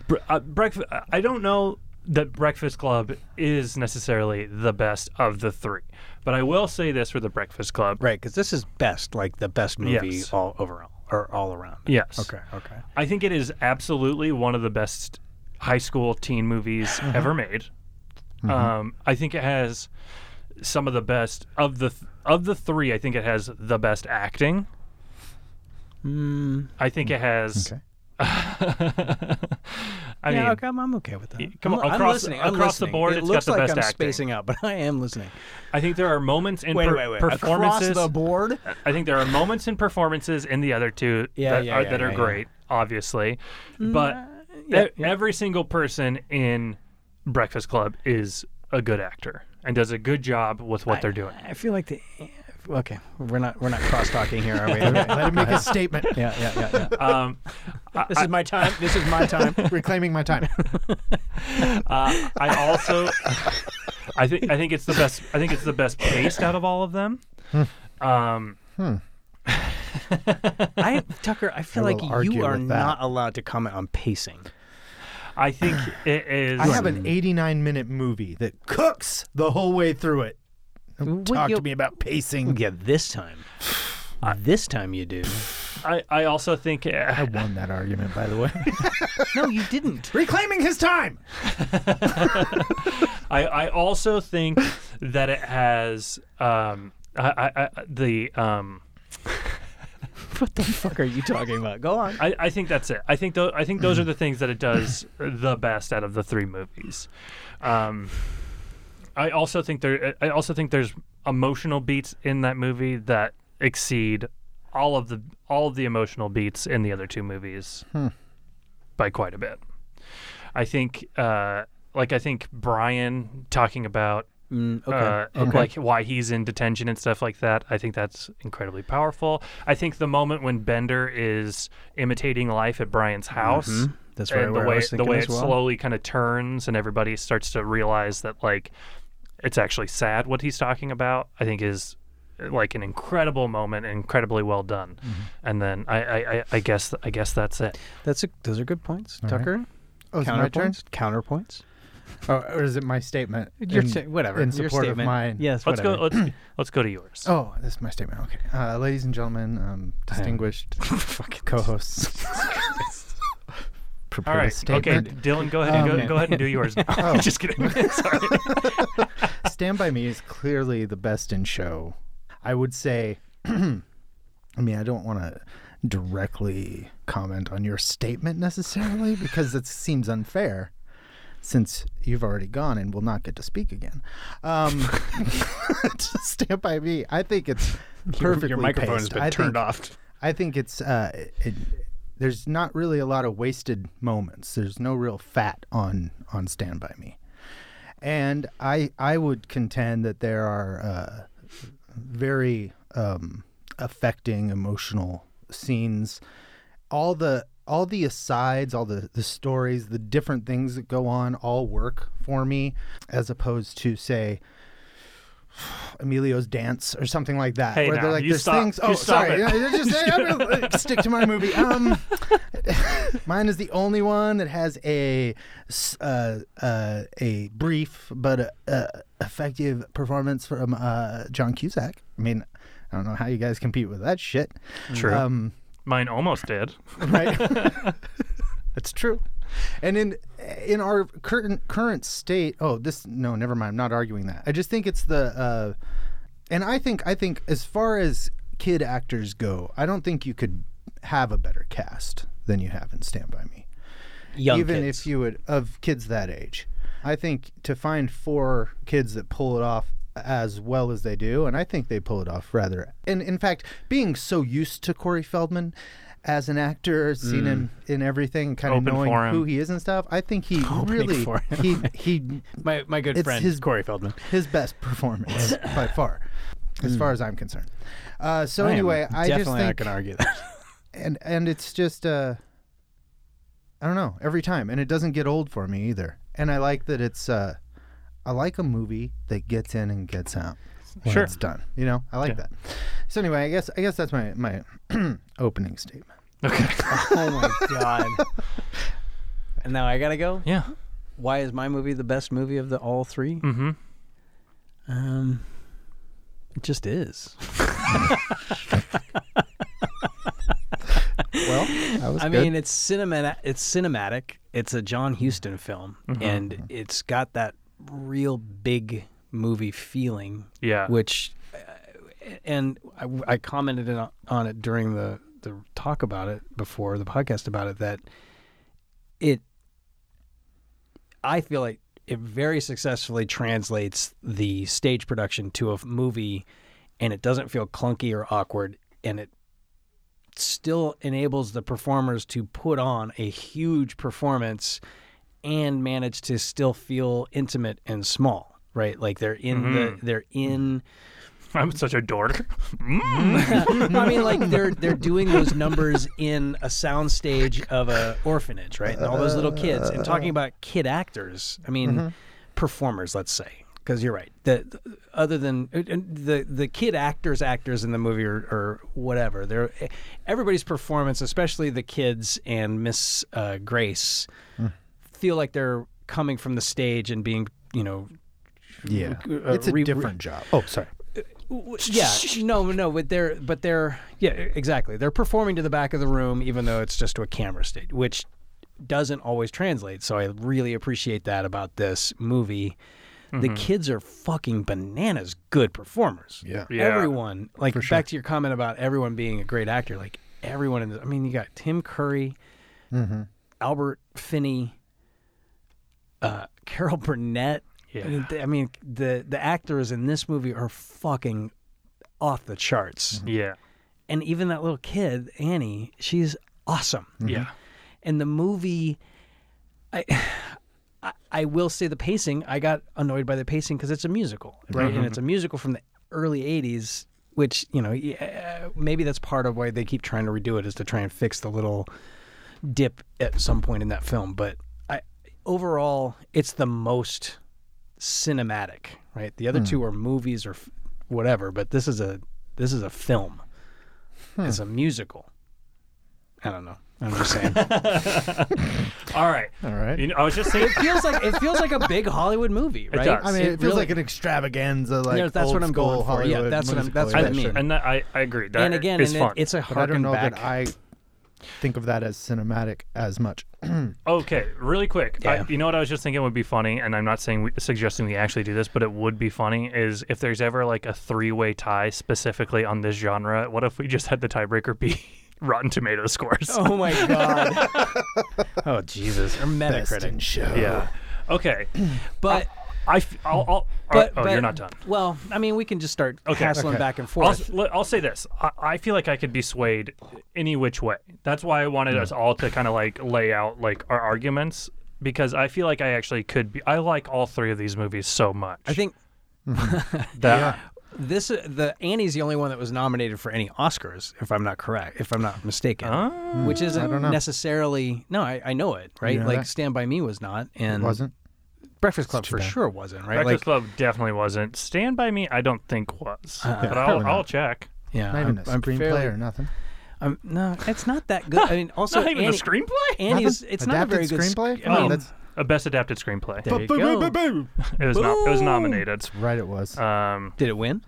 [SPEAKER 2] Bre- uh, breakfast. I don't know that Breakfast Club is necessarily the best of the three, but I will say this for the Breakfast Club.
[SPEAKER 3] Right, because this is best, like the best movie
[SPEAKER 2] Yes.
[SPEAKER 3] all overall or all around.
[SPEAKER 2] Yes.
[SPEAKER 3] Okay. Okay.
[SPEAKER 2] I think it is absolutely one of the best high school teen movies
[SPEAKER 3] Uh-huh.
[SPEAKER 2] ever made.
[SPEAKER 3] Mm-hmm.
[SPEAKER 2] Um, I think it has some of the best of the th- of the three. I think it has the best acting.
[SPEAKER 3] Mm.
[SPEAKER 2] I think it has.
[SPEAKER 4] Okay.
[SPEAKER 2] I
[SPEAKER 3] yeah,
[SPEAKER 2] mean,
[SPEAKER 3] okay, I'm, I'm okay with that.
[SPEAKER 2] come
[SPEAKER 3] I'm-
[SPEAKER 2] on,
[SPEAKER 3] I'm
[SPEAKER 2] across-
[SPEAKER 3] listening, I'm
[SPEAKER 2] across the
[SPEAKER 3] listening.
[SPEAKER 2] board,
[SPEAKER 3] it
[SPEAKER 2] it's got
[SPEAKER 3] looks
[SPEAKER 2] the
[SPEAKER 3] like
[SPEAKER 2] best
[SPEAKER 3] I'm
[SPEAKER 2] acting.
[SPEAKER 3] spacing out, but I am listening.
[SPEAKER 2] I think there are moments in
[SPEAKER 3] Wait,
[SPEAKER 2] per-
[SPEAKER 3] wait, wait.
[SPEAKER 2] performances.
[SPEAKER 3] Across the board.
[SPEAKER 2] I think there are moments in performances in the other two
[SPEAKER 3] Yeah,
[SPEAKER 2] that,
[SPEAKER 3] yeah,
[SPEAKER 2] are,
[SPEAKER 3] yeah,
[SPEAKER 2] that are
[SPEAKER 3] yeah, yeah.
[SPEAKER 2] great, obviously. But
[SPEAKER 3] Mm, uh, yeah,
[SPEAKER 2] e- every single person in Breakfast Club is a good actor and does a good job with what they're doing.
[SPEAKER 3] I feel like the. Okay, we're not we're not cross talking here, are we? Okay. yeah,
[SPEAKER 4] Let him make a statement.
[SPEAKER 3] yeah, yeah, yeah.
[SPEAKER 2] Um,
[SPEAKER 3] this is my time. This is my time.
[SPEAKER 4] Reclaiming my time.
[SPEAKER 2] uh, I also, I think, I think it's the best. I think it's the best paced out of all of them. Um,
[SPEAKER 3] I Tucker, I feel
[SPEAKER 4] I will
[SPEAKER 3] like you
[SPEAKER 4] argue
[SPEAKER 3] are
[SPEAKER 4] with that.
[SPEAKER 3] not allowed to comment on pacing.
[SPEAKER 2] I think it is.
[SPEAKER 4] I have an 89 minute movie that cooks the whole way through it. Don't
[SPEAKER 3] What
[SPEAKER 4] Talk
[SPEAKER 3] you-
[SPEAKER 4] to me about pacing.
[SPEAKER 3] Yeah, this time. this time you do.
[SPEAKER 2] I, I also think uh,
[SPEAKER 4] I won that argument, by the way.
[SPEAKER 3] No, you didn't.
[SPEAKER 4] Reclaiming his time.
[SPEAKER 2] I, I also think that it has um, I, I, I, the um,
[SPEAKER 3] What the fuck are you talking about? Go on.
[SPEAKER 2] I, I think that's it. I think tho- I think those are the things that it does the best out of the three movies. Um, I also think there I also think there's emotional beats in that movie that exceed all of the all of the emotional beats in the other two movies
[SPEAKER 3] Hmm.
[SPEAKER 2] by quite a bit. I think uh, like I think Brian talking about
[SPEAKER 3] Mm, okay.
[SPEAKER 2] uh, of, like why he's in detention and stuff like that. I think that's incredibly powerful. I think the moment when Bender is imitating life at Brian's house,
[SPEAKER 3] Mhm. That's right
[SPEAKER 2] and the
[SPEAKER 3] where I
[SPEAKER 2] way
[SPEAKER 3] was
[SPEAKER 2] the
[SPEAKER 3] thinking
[SPEAKER 2] way
[SPEAKER 3] as
[SPEAKER 2] it
[SPEAKER 3] well.
[SPEAKER 2] slowly kind of turns and everybody starts to realize that like it's actually sad what he's talking about. I think is uh, like an incredible moment, and incredibly well done.
[SPEAKER 3] Mm-hmm.
[SPEAKER 2] And then I, I, I, I guess I guess that's it.
[SPEAKER 3] That's a, those are good points,
[SPEAKER 4] right.
[SPEAKER 3] Tucker.
[SPEAKER 4] Oh, it's my turn.
[SPEAKER 3] Counterpoints. Counterpoints.
[SPEAKER 4] Oh, or is it my statement?
[SPEAKER 3] Your
[SPEAKER 4] in-
[SPEAKER 3] sta- whatever.
[SPEAKER 4] In
[SPEAKER 3] your
[SPEAKER 4] support of
[SPEAKER 3] statement.
[SPEAKER 4] mine.
[SPEAKER 3] Yes.
[SPEAKER 2] Let's
[SPEAKER 3] whatever.
[SPEAKER 2] go. Let's let's go to yours.
[SPEAKER 4] Oh, this is my statement. Okay. Uh, ladies and gentlemen, um, distinguished co-hosts.
[SPEAKER 2] All
[SPEAKER 4] Prepare a
[SPEAKER 2] right. Okay,
[SPEAKER 4] statement.
[SPEAKER 2] Dylan, go ahead. and
[SPEAKER 4] Um,
[SPEAKER 2] go, go ahead and do yours now.
[SPEAKER 3] um,
[SPEAKER 4] Oh.
[SPEAKER 2] Just kidding. Sorry.
[SPEAKER 4] Stand by Me is clearly the best in show. I would say. I mean, I don't want to directly comment on your statement necessarily because it seems unfair, since you've already gone and will not get to speak again. Um, just Stand by Me. I think it's perfectly
[SPEAKER 3] Your microphone has
[SPEAKER 4] paced.
[SPEAKER 3] been
[SPEAKER 4] I
[SPEAKER 3] turned
[SPEAKER 4] think-
[SPEAKER 3] off.
[SPEAKER 4] I think it's uh, it, there's not really a lot of wasted moments. There's no real fat on on Stand by Me, and I I would contend that there are uh, very um, affecting emotional scenes, all the all the asides, all the the stories, the different things that go on, all work for me, as opposed to say. Emilio's dance or something like that,
[SPEAKER 2] Hey,
[SPEAKER 4] where
[SPEAKER 2] now,
[SPEAKER 4] they're like,
[SPEAKER 2] you
[SPEAKER 4] "There's
[SPEAKER 2] stop
[SPEAKER 4] things."
[SPEAKER 2] it.
[SPEAKER 4] Oh,
[SPEAKER 2] You stop
[SPEAKER 4] sorry,
[SPEAKER 2] it.
[SPEAKER 4] I just, I'm gonna uh, stick to my movie. Um, Mine is the only one that has a s- uh, uh, a brief but uh, uh, effective performance from uh, John Cusack. I mean, I don't know how you guys compete with that shit.
[SPEAKER 2] True.
[SPEAKER 4] Um,
[SPEAKER 2] Mine almost did.
[SPEAKER 4] right? That's true. And in in our current current state, oh, this no, never mind. I'm not arguing that. I just think it's the, uh, and I think I think as far as kid actors go, I don't think you could have a better cast than you have in Stand by Me
[SPEAKER 3] Young
[SPEAKER 4] even
[SPEAKER 3] kids.
[SPEAKER 4] if you would of kids that age i think to find four kids that pull it off as well as they do and i think they pull it off rather and in fact being so used to corey feldman as an actor seen
[SPEAKER 3] Mm.
[SPEAKER 4] him in everything kind of
[SPEAKER 2] Open for
[SPEAKER 4] knowing
[SPEAKER 2] him.
[SPEAKER 4] who he is and stuff i think he
[SPEAKER 3] Opening
[SPEAKER 4] really
[SPEAKER 3] for him.
[SPEAKER 4] he he
[SPEAKER 3] my my good
[SPEAKER 4] It's
[SPEAKER 3] friend
[SPEAKER 4] his-
[SPEAKER 3] Corey Feldman.
[SPEAKER 4] his best performance by far as far as i'm concerned uh, so
[SPEAKER 3] Mm. I am
[SPEAKER 4] anyway i
[SPEAKER 3] definitely
[SPEAKER 4] just
[SPEAKER 3] not
[SPEAKER 4] think
[SPEAKER 3] going to argue that.
[SPEAKER 4] and and it's just uh i don't know every time and it doesn't get old for me either and i like that it's uh i like a movie that gets in and gets out when
[SPEAKER 2] Sure.
[SPEAKER 4] it's done you know i like
[SPEAKER 2] Yeah.
[SPEAKER 4] that so anyway i guess i guess that's my my opening statement
[SPEAKER 2] Okay.
[SPEAKER 3] oh my god! And now I gotta go.
[SPEAKER 2] yeah.
[SPEAKER 3] Why is my movie the best movie of the all three?
[SPEAKER 4] Mm.
[SPEAKER 2] Mm-hmm.
[SPEAKER 3] Um, it just is.
[SPEAKER 4] well that was
[SPEAKER 3] I
[SPEAKER 4] good.
[SPEAKER 3] mean, it's cinematic. It's cinematic. It's a John Huston film,
[SPEAKER 4] Mm-hmm.
[SPEAKER 3] and it's got that real big movie feeling,
[SPEAKER 2] Yeah.
[SPEAKER 3] which, uh, and I, I commented it on- on it during the the talk about it before the podcast about it that it. I feel like it very successfully translates the stage production to a f- movie, and it doesn't feel clunky or awkward, and it still enables the performers to put on a huge performance and manage to still feel intimate and small right like they're in the they're in
[SPEAKER 2] I'm such a dork.
[SPEAKER 3] i mean like they're they're doing those numbers in a soundstage of a orphanage right and all those little kids and talking about kid actors i mean performers let's say because you're right the, the- other than and the the kid actors actors in the movie or, or whatever they're eh, everybody's performance especially the kids and miss uh, grace feel like they're coming from the stage and being you know
[SPEAKER 4] yeah
[SPEAKER 3] uh,
[SPEAKER 4] it's a
[SPEAKER 3] re- re-
[SPEAKER 4] different job oh sorry
[SPEAKER 3] w- yeah no no but they're but they're yeah exactly they're performing to the back of the room even though it's just to a camera state which doesn't always translate so i really appreciate that about this movie the kids are fucking bananas good performers
[SPEAKER 4] yeah
[SPEAKER 2] Yeah.
[SPEAKER 3] everyone like back to your comment about everyone being a great actor like everyone in this i mean you got tim curry albert finney uh, carol burnett
[SPEAKER 2] Yeah.
[SPEAKER 3] I mean, th- I mean the the actors in this movie are fucking off the charts
[SPEAKER 2] Yeah.
[SPEAKER 3] and even that little kid annie she's awesome
[SPEAKER 2] Yeah.
[SPEAKER 3] and the movie I, I i will say the pacing i got annoyed by the pacing because it's a musical right and it's a musical from the early 80s which you know yeah, maybe that's part of why they keep trying to redo it is to try and fix the little dip at some point in that film but i overall it's the most cinematic right the other two are movies or f- whatever but this is a this is a film it's a musical i don't know i'm just saying
[SPEAKER 2] All right.
[SPEAKER 4] all right
[SPEAKER 2] You know, I was just thinking.
[SPEAKER 3] feels like it feels like a big Hollywood movie, right?
[SPEAKER 2] does.
[SPEAKER 4] I mean, it, feels
[SPEAKER 3] really-
[SPEAKER 4] like an extravaganza, like
[SPEAKER 3] Yeah, that's what
[SPEAKER 4] old
[SPEAKER 3] I'm going
[SPEAKER 4] school
[SPEAKER 3] for. Yeah,
[SPEAKER 4] Hollywood
[SPEAKER 3] that's what I'm-
[SPEAKER 4] musical
[SPEAKER 3] that's what I
[SPEAKER 4] edition.
[SPEAKER 3] mean.
[SPEAKER 2] And that, I, I agree. That
[SPEAKER 3] and again,
[SPEAKER 2] is
[SPEAKER 3] and it-
[SPEAKER 2] fun.
[SPEAKER 3] it's a
[SPEAKER 4] But I don't
[SPEAKER 3] harken
[SPEAKER 4] know
[SPEAKER 3] back.
[SPEAKER 4] that I think of that as cinematic as much.
[SPEAKER 2] Okay, really quick. I-
[SPEAKER 3] Yeah.
[SPEAKER 2] you know what I was just thinking would be funny, and I'm not saying we, suggesting we actually do this, but it would be funny is if there's ever like a three-way tie specifically on this genre. What if we just had the tiebreaker be Rotten Tomato scores?
[SPEAKER 3] oh my god! oh Jesus!
[SPEAKER 4] Best
[SPEAKER 3] Or
[SPEAKER 4] in
[SPEAKER 3] Metacritic,
[SPEAKER 4] show.
[SPEAKER 2] Yeah. Okay.
[SPEAKER 3] but
[SPEAKER 2] I. f- I'll. I'll
[SPEAKER 3] but
[SPEAKER 2] oh,
[SPEAKER 3] but,
[SPEAKER 2] you're not done.
[SPEAKER 3] Well, I mean, we can just start
[SPEAKER 2] Okay,
[SPEAKER 3] hassling
[SPEAKER 4] okay.
[SPEAKER 3] back and
[SPEAKER 2] I'll,
[SPEAKER 3] forth.
[SPEAKER 2] s- le- I'll say this. I, I feel like I could be swayed any which way. That's why I
[SPEAKER 3] Hmm.
[SPEAKER 2] wanted us all to kind of like lay out like our arguments because I feel like I actually could be. I like all three of these movies so much.
[SPEAKER 3] I think
[SPEAKER 2] that
[SPEAKER 3] This uh, the Annie's the only one that was nominated for any Oscars, if I'm not correct, if I'm not mistaken.
[SPEAKER 2] Oh.
[SPEAKER 3] Which isn't
[SPEAKER 4] don't know.
[SPEAKER 3] necessarily no, I, I know it, right?
[SPEAKER 4] know
[SPEAKER 3] like
[SPEAKER 4] that?
[SPEAKER 3] Stand by Me was not, and
[SPEAKER 4] wasn't.
[SPEAKER 3] Breakfast Club
[SPEAKER 4] too
[SPEAKER 3] for
[SPEAKER 4] bad.
[SPEAKER 3] sure wasn't, right?
[SPEAKER 2] Breakfast
[SPEAKER 3] like Uh,
[SPEAKER 2] Club definitely wasn't. Stand by Me, I don't think was, but I'll,
[SPEAKER 4] probably not.
[SPEAKER 2] I'll check.
[SPEAKER 3] yeah,
[SPEAKER 4] Not even
[SPEAKER 3] I'm,
[SPEAKER 4] a
[SPEAKER 3] I'm
[SPEAKER 4] screenplay
[SPEAKER 3] fairly-
[SPEAKER 4] or nothing.
[SPEAKER 3] I'm- Um, no, it's not that good. I mean, also
[SPEAKER 2] Not even
[SPEAKER 3] Annie,
[SPEAKER 2] a screenplay.
[SPEAKER 3] Annie's
[SPEAKER 4] Nothing?
[SPEAKER 3] it's not a
[SPEAKER 4] Adapted
[SPEAKER 3] very good sc-
[SPEAKER 4] screenplay?
[SPEAKER 3] I
[SPEAKER 4] Oh,
[SPEAKER 3] mean,
[SPEAKER 4] that's-
[SPEAKER 2] A best adapted screenplay.
[SPEAKER 3] there you go.
[SPEAKER 2] It was not. It was
[SPEAKER 3] Boom.
[SPEAKER 2] nominated.
[SPEAKER 4] Right, it was.
[SPEAKER 2] Um,
[SPEAKER 3] Did it win?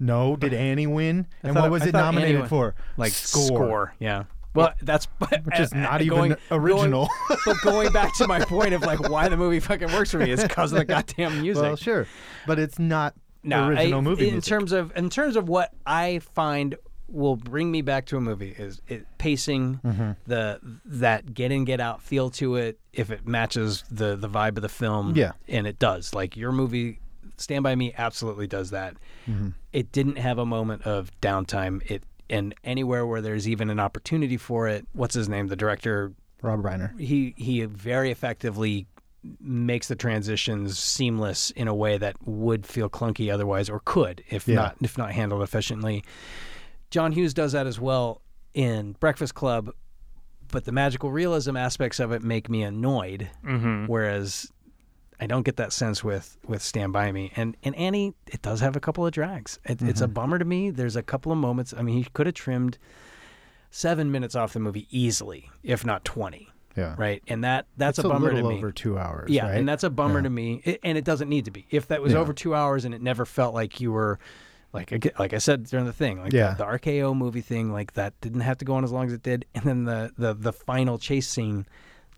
[SPEAKER 4] no, did Annie win? And
[SPEAKER 3] thought
[SPEAKER 4] what
[SPEAKER 3] it-
[SPEAKER 4] was
[SPEAKER 3] Uh, I
[SPEAKER 4] it
[SPEAKER 3] thought Annie
[SPEAKER 4] nominated
[SPEAKER 3] won.
[SPEAKER 4] for?
[SPEAKER 3] Like score, yeah. Well, that's
[SPEAKER 4] which is not even original.
[SPEAKER 3] but going back to my point of like why the movie fucking works for me is because of the goddamn music.
[SPEAKER 4] Well, sure, but it's not
[SPEAKER 3] No,
[SPEAKER 4] original
[SPEAKER 3] I-
[SPEAKER 4] movie
[SPEAKER 3] in
[SPEAKER 4] music.
[SPEAKER 3] terms of in terms of what I find will bring me back to a movie is it pacing
[SPEAKER 4] Mm-hmm.
[SPEAKER 3] the that get in get out feel to it if it matches the the vibe of the film
[SPEAKER 4] Yeah.
[SPEAKER 3] and it does like your movie stand by me absolutely does that
[SPEAKER 4] Mm-hmm.
[SPEAKER 3] it didn't have a moment of downtime it and anywhere where there's even an opportunity for it what's his name the director
[SPEAKER 4] Rob Reiner.
[SPEAKER 3] he he very effectively makes the transitions seamless in a way that would feel clunky otherwise or could if
[SPEAKER 4] Yeah.
[SPEAKER 3] not if not handled efficiently. John Hughes does that as well in Breakfast Club, but the magical realism aspects of it make me annoyed
[SPEAKER 4] Mm-hmm.
[SPEAKER 3] whereas I don't get that sense with with Stand By Me and and Annie it does have a couple of drags. It, It's a
[SPEAKER 4] Mm-hmm.
[SPEAKER 3] bummer to me. There's a couple of moments. I mean, he could have trimmed 7 minutes off the movie easily, if not 20
[SPEAKER 4] Yeah,
[SPEAKER 3] right? And that that's
[SPEAKER 4] It's a,
[SPEAKER 3] a bummer
[SPEAKER 4] little
[SPEAKER 3] to me.
[SPEAKER 4] over two hours.
[SPEAKER 3] yeah,
[SPEAKER 4] right?
[SPEAKER 3] and that's a bummer to me. It, and it doesn't need to be. If that was
[SPEAKER 4] Yeah.
[SPEAKER 3] over two hours and it never felt like you were, like ag- like I said during the thing, like
[SPEAKER 4] Yeah.
[SPEAKER 3] the, the RKO movie thing, like that didn't have to go on as long as it did. And then the the the final chase scene,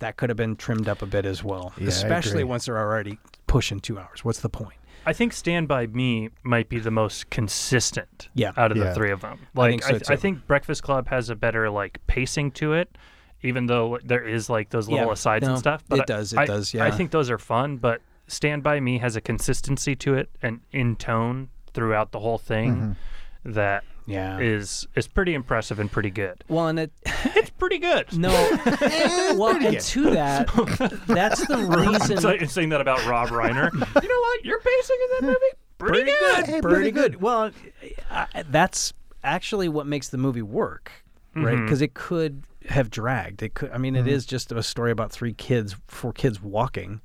[SPEAKER 3] that could have been trimmed up a bit as well,
[SPEAKER 4] Yeah, I
[SPEAKER 3] especially
[SPEAKER 4] agree.
[SPEAKER 3] once they're already pushing two hours. What's the point?
[SPEAKER 2] I think Stand by Me might be the most consistent.
[SPEAKER 3] Yeah.
[SPEAKER 2] out of
[SPEAKER 4] Yeah.
[SPEAKER 2] the three of them.
[SPEAKER 3] I
[SPEAKER 2] Like I,
[SPEAKER 3] think so,
[SPEAKER 2] th- I
[SPEAKER 3] too.
[SPEAKER 2] think Breakfast Club has a better like pacing to it, even though there is like those little
[SPEAKER 3] Yeah.
[SPEAKER 2] asides
[SPEAKER 3] No,
[SPEAKER 2] and stuff.
[SPEAKER 3] it
[SPEAKER 2] I-
[SPEAKER 3] does, it
[SPEAKER 2] I-
[SPEAKER 3] does,
[SPEAKER 2] I
[SPEAKER 3] yeah.
[SPEAKER 2] think those are fun, but Stand by Me has a consistency to it and in tone throughout the whole thing that is
[SPEAKER 3] Mm-hmm. Yeah.
[SPEAKER 2] is pretty impressive and pretty good.
[SPEAKER 3] well, and it
[SPEAKER 2] It's pretty good.
[SPEAKER 3] no, well, and to that, that's the reason.
[SPEAKER 2] I'm say- saying that about Rob Reiner. you know what? Your pacing in that movie pretty,
[SPEAKER 3] pretty good,
[SPEAKER 4] Hey,
[SPEAKER 3] pretty,
[SPEAKER 4] pretty
[SPEAKER 3] good. Well, I, I- that's actually what makes the movie work, right?
[SPEAKER 2] Mm-hmm.
[SPEAKER 3] Because it could have dragged. It could. I mean, it is just a story about three kids, four kids walking.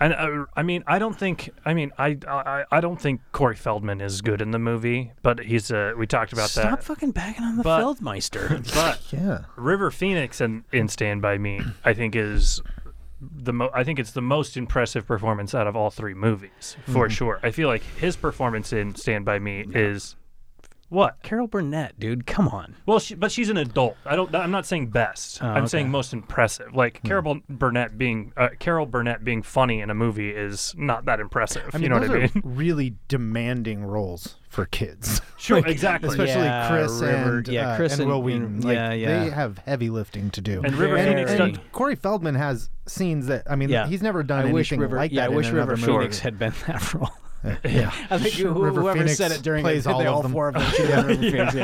[SPEAKER 2] And uh, I mean, I don't think. I mean, I, I I don't think Corey Feldman is good in the movie, but he's. Uh, we talked about
[SPEAKER 3] Stop
[SPEAKER 2] that.
[SPEAKER 3] fucking bagging on the
[SPEAKER 2] But-
[SPEAKER 3] Feldmeister.
[SPEAKER 2] But
[SPEAKER 4] yeah.
[SPEAKER 2] River Phoenix in, in Stand by Me, I think is the mo- I think it's the most impressive performance out of all three movies for sure. I feel like his performance in Stand by Me is what?
[SPEAKER 3] Carol Burnett, dude, come on.
[SPEAKER 2] Well, she, but she's an adult. I don't. I'm not saying best. I'm
[SPEAKER 3] okay.
[SPEAKER 2] saying most impressive. Like Carol Burnett being uh, Carol Burnett being funny in a movie is not that impressive.
[SPEAKER 4] I mean,
[SPEAKER 2] you know
[SPEAKER 4] those
[SPEAKER 2] what I
[SPEAKER 4] are
[SPEAKER 2] mean?
[SPEAKER 4] really demanding roles for kids.
[SPEAKER 2] Sure, exactly.
[SPEAKER 4] Especially
[SPEAKER 3] Yeah,
[SPEAKER 4] Chris
[SPEAKER 3] River-
[SPEAKER 4] and
[SPEAKER 3] yeah,
[SPEAKER 4] uh,
[SPEAKER 3] Chris
[SPEAKER 4] and,
[SPEAKER 3] and-
[SPEAKER 4] Will Wheaton.
[SPEAKER 3] and-
[SPEAKER 4] Like,
[SPEAKER 3] yeah, yeah.
[SPEAKER 4] They have heavy lifting to do.
[SPEAKER 2] And River
[SPEAKER 3] Very-
[SPEAKER 2] Phoenix does,
[SPEAKER 4] Corey Feldman has scenes that I mean,
[SPEAKER 3] Yeah,
[SPEAKER 4] he's never done
[SPEAKER 3] I
[SPEAKER 4] anything
[SPEAKER 3] wish River.
[SPEAKER 4] like that.
[SPEAKER 3] yeah, I
[SPEAKER 4] in
[SPEAKER 3] wish
[SPEAKER 4] another
[SPEAKER 3] River
[SPEAKER 4] movie.
[SPEAKER 3] Phoenix had been that role.
[SPEAKER 4] Yeah,
[SPEAKER 3] I think who-
[SPEAKER 4] River
[SPEAKER 3] whoever
[SPEAKER 4] Phoenix
[SPEAKER 3] said it during
[SPEAKER 4] plays
[SPEAKER 3] it,
[SPEAKER 4] all
[SPEAKER 3] they
[SPEAKER 4] of
[SPEAKER 3] all
[SPEAKER 4] them.
[SPEAKER 3] four of them. should have River Phoenix,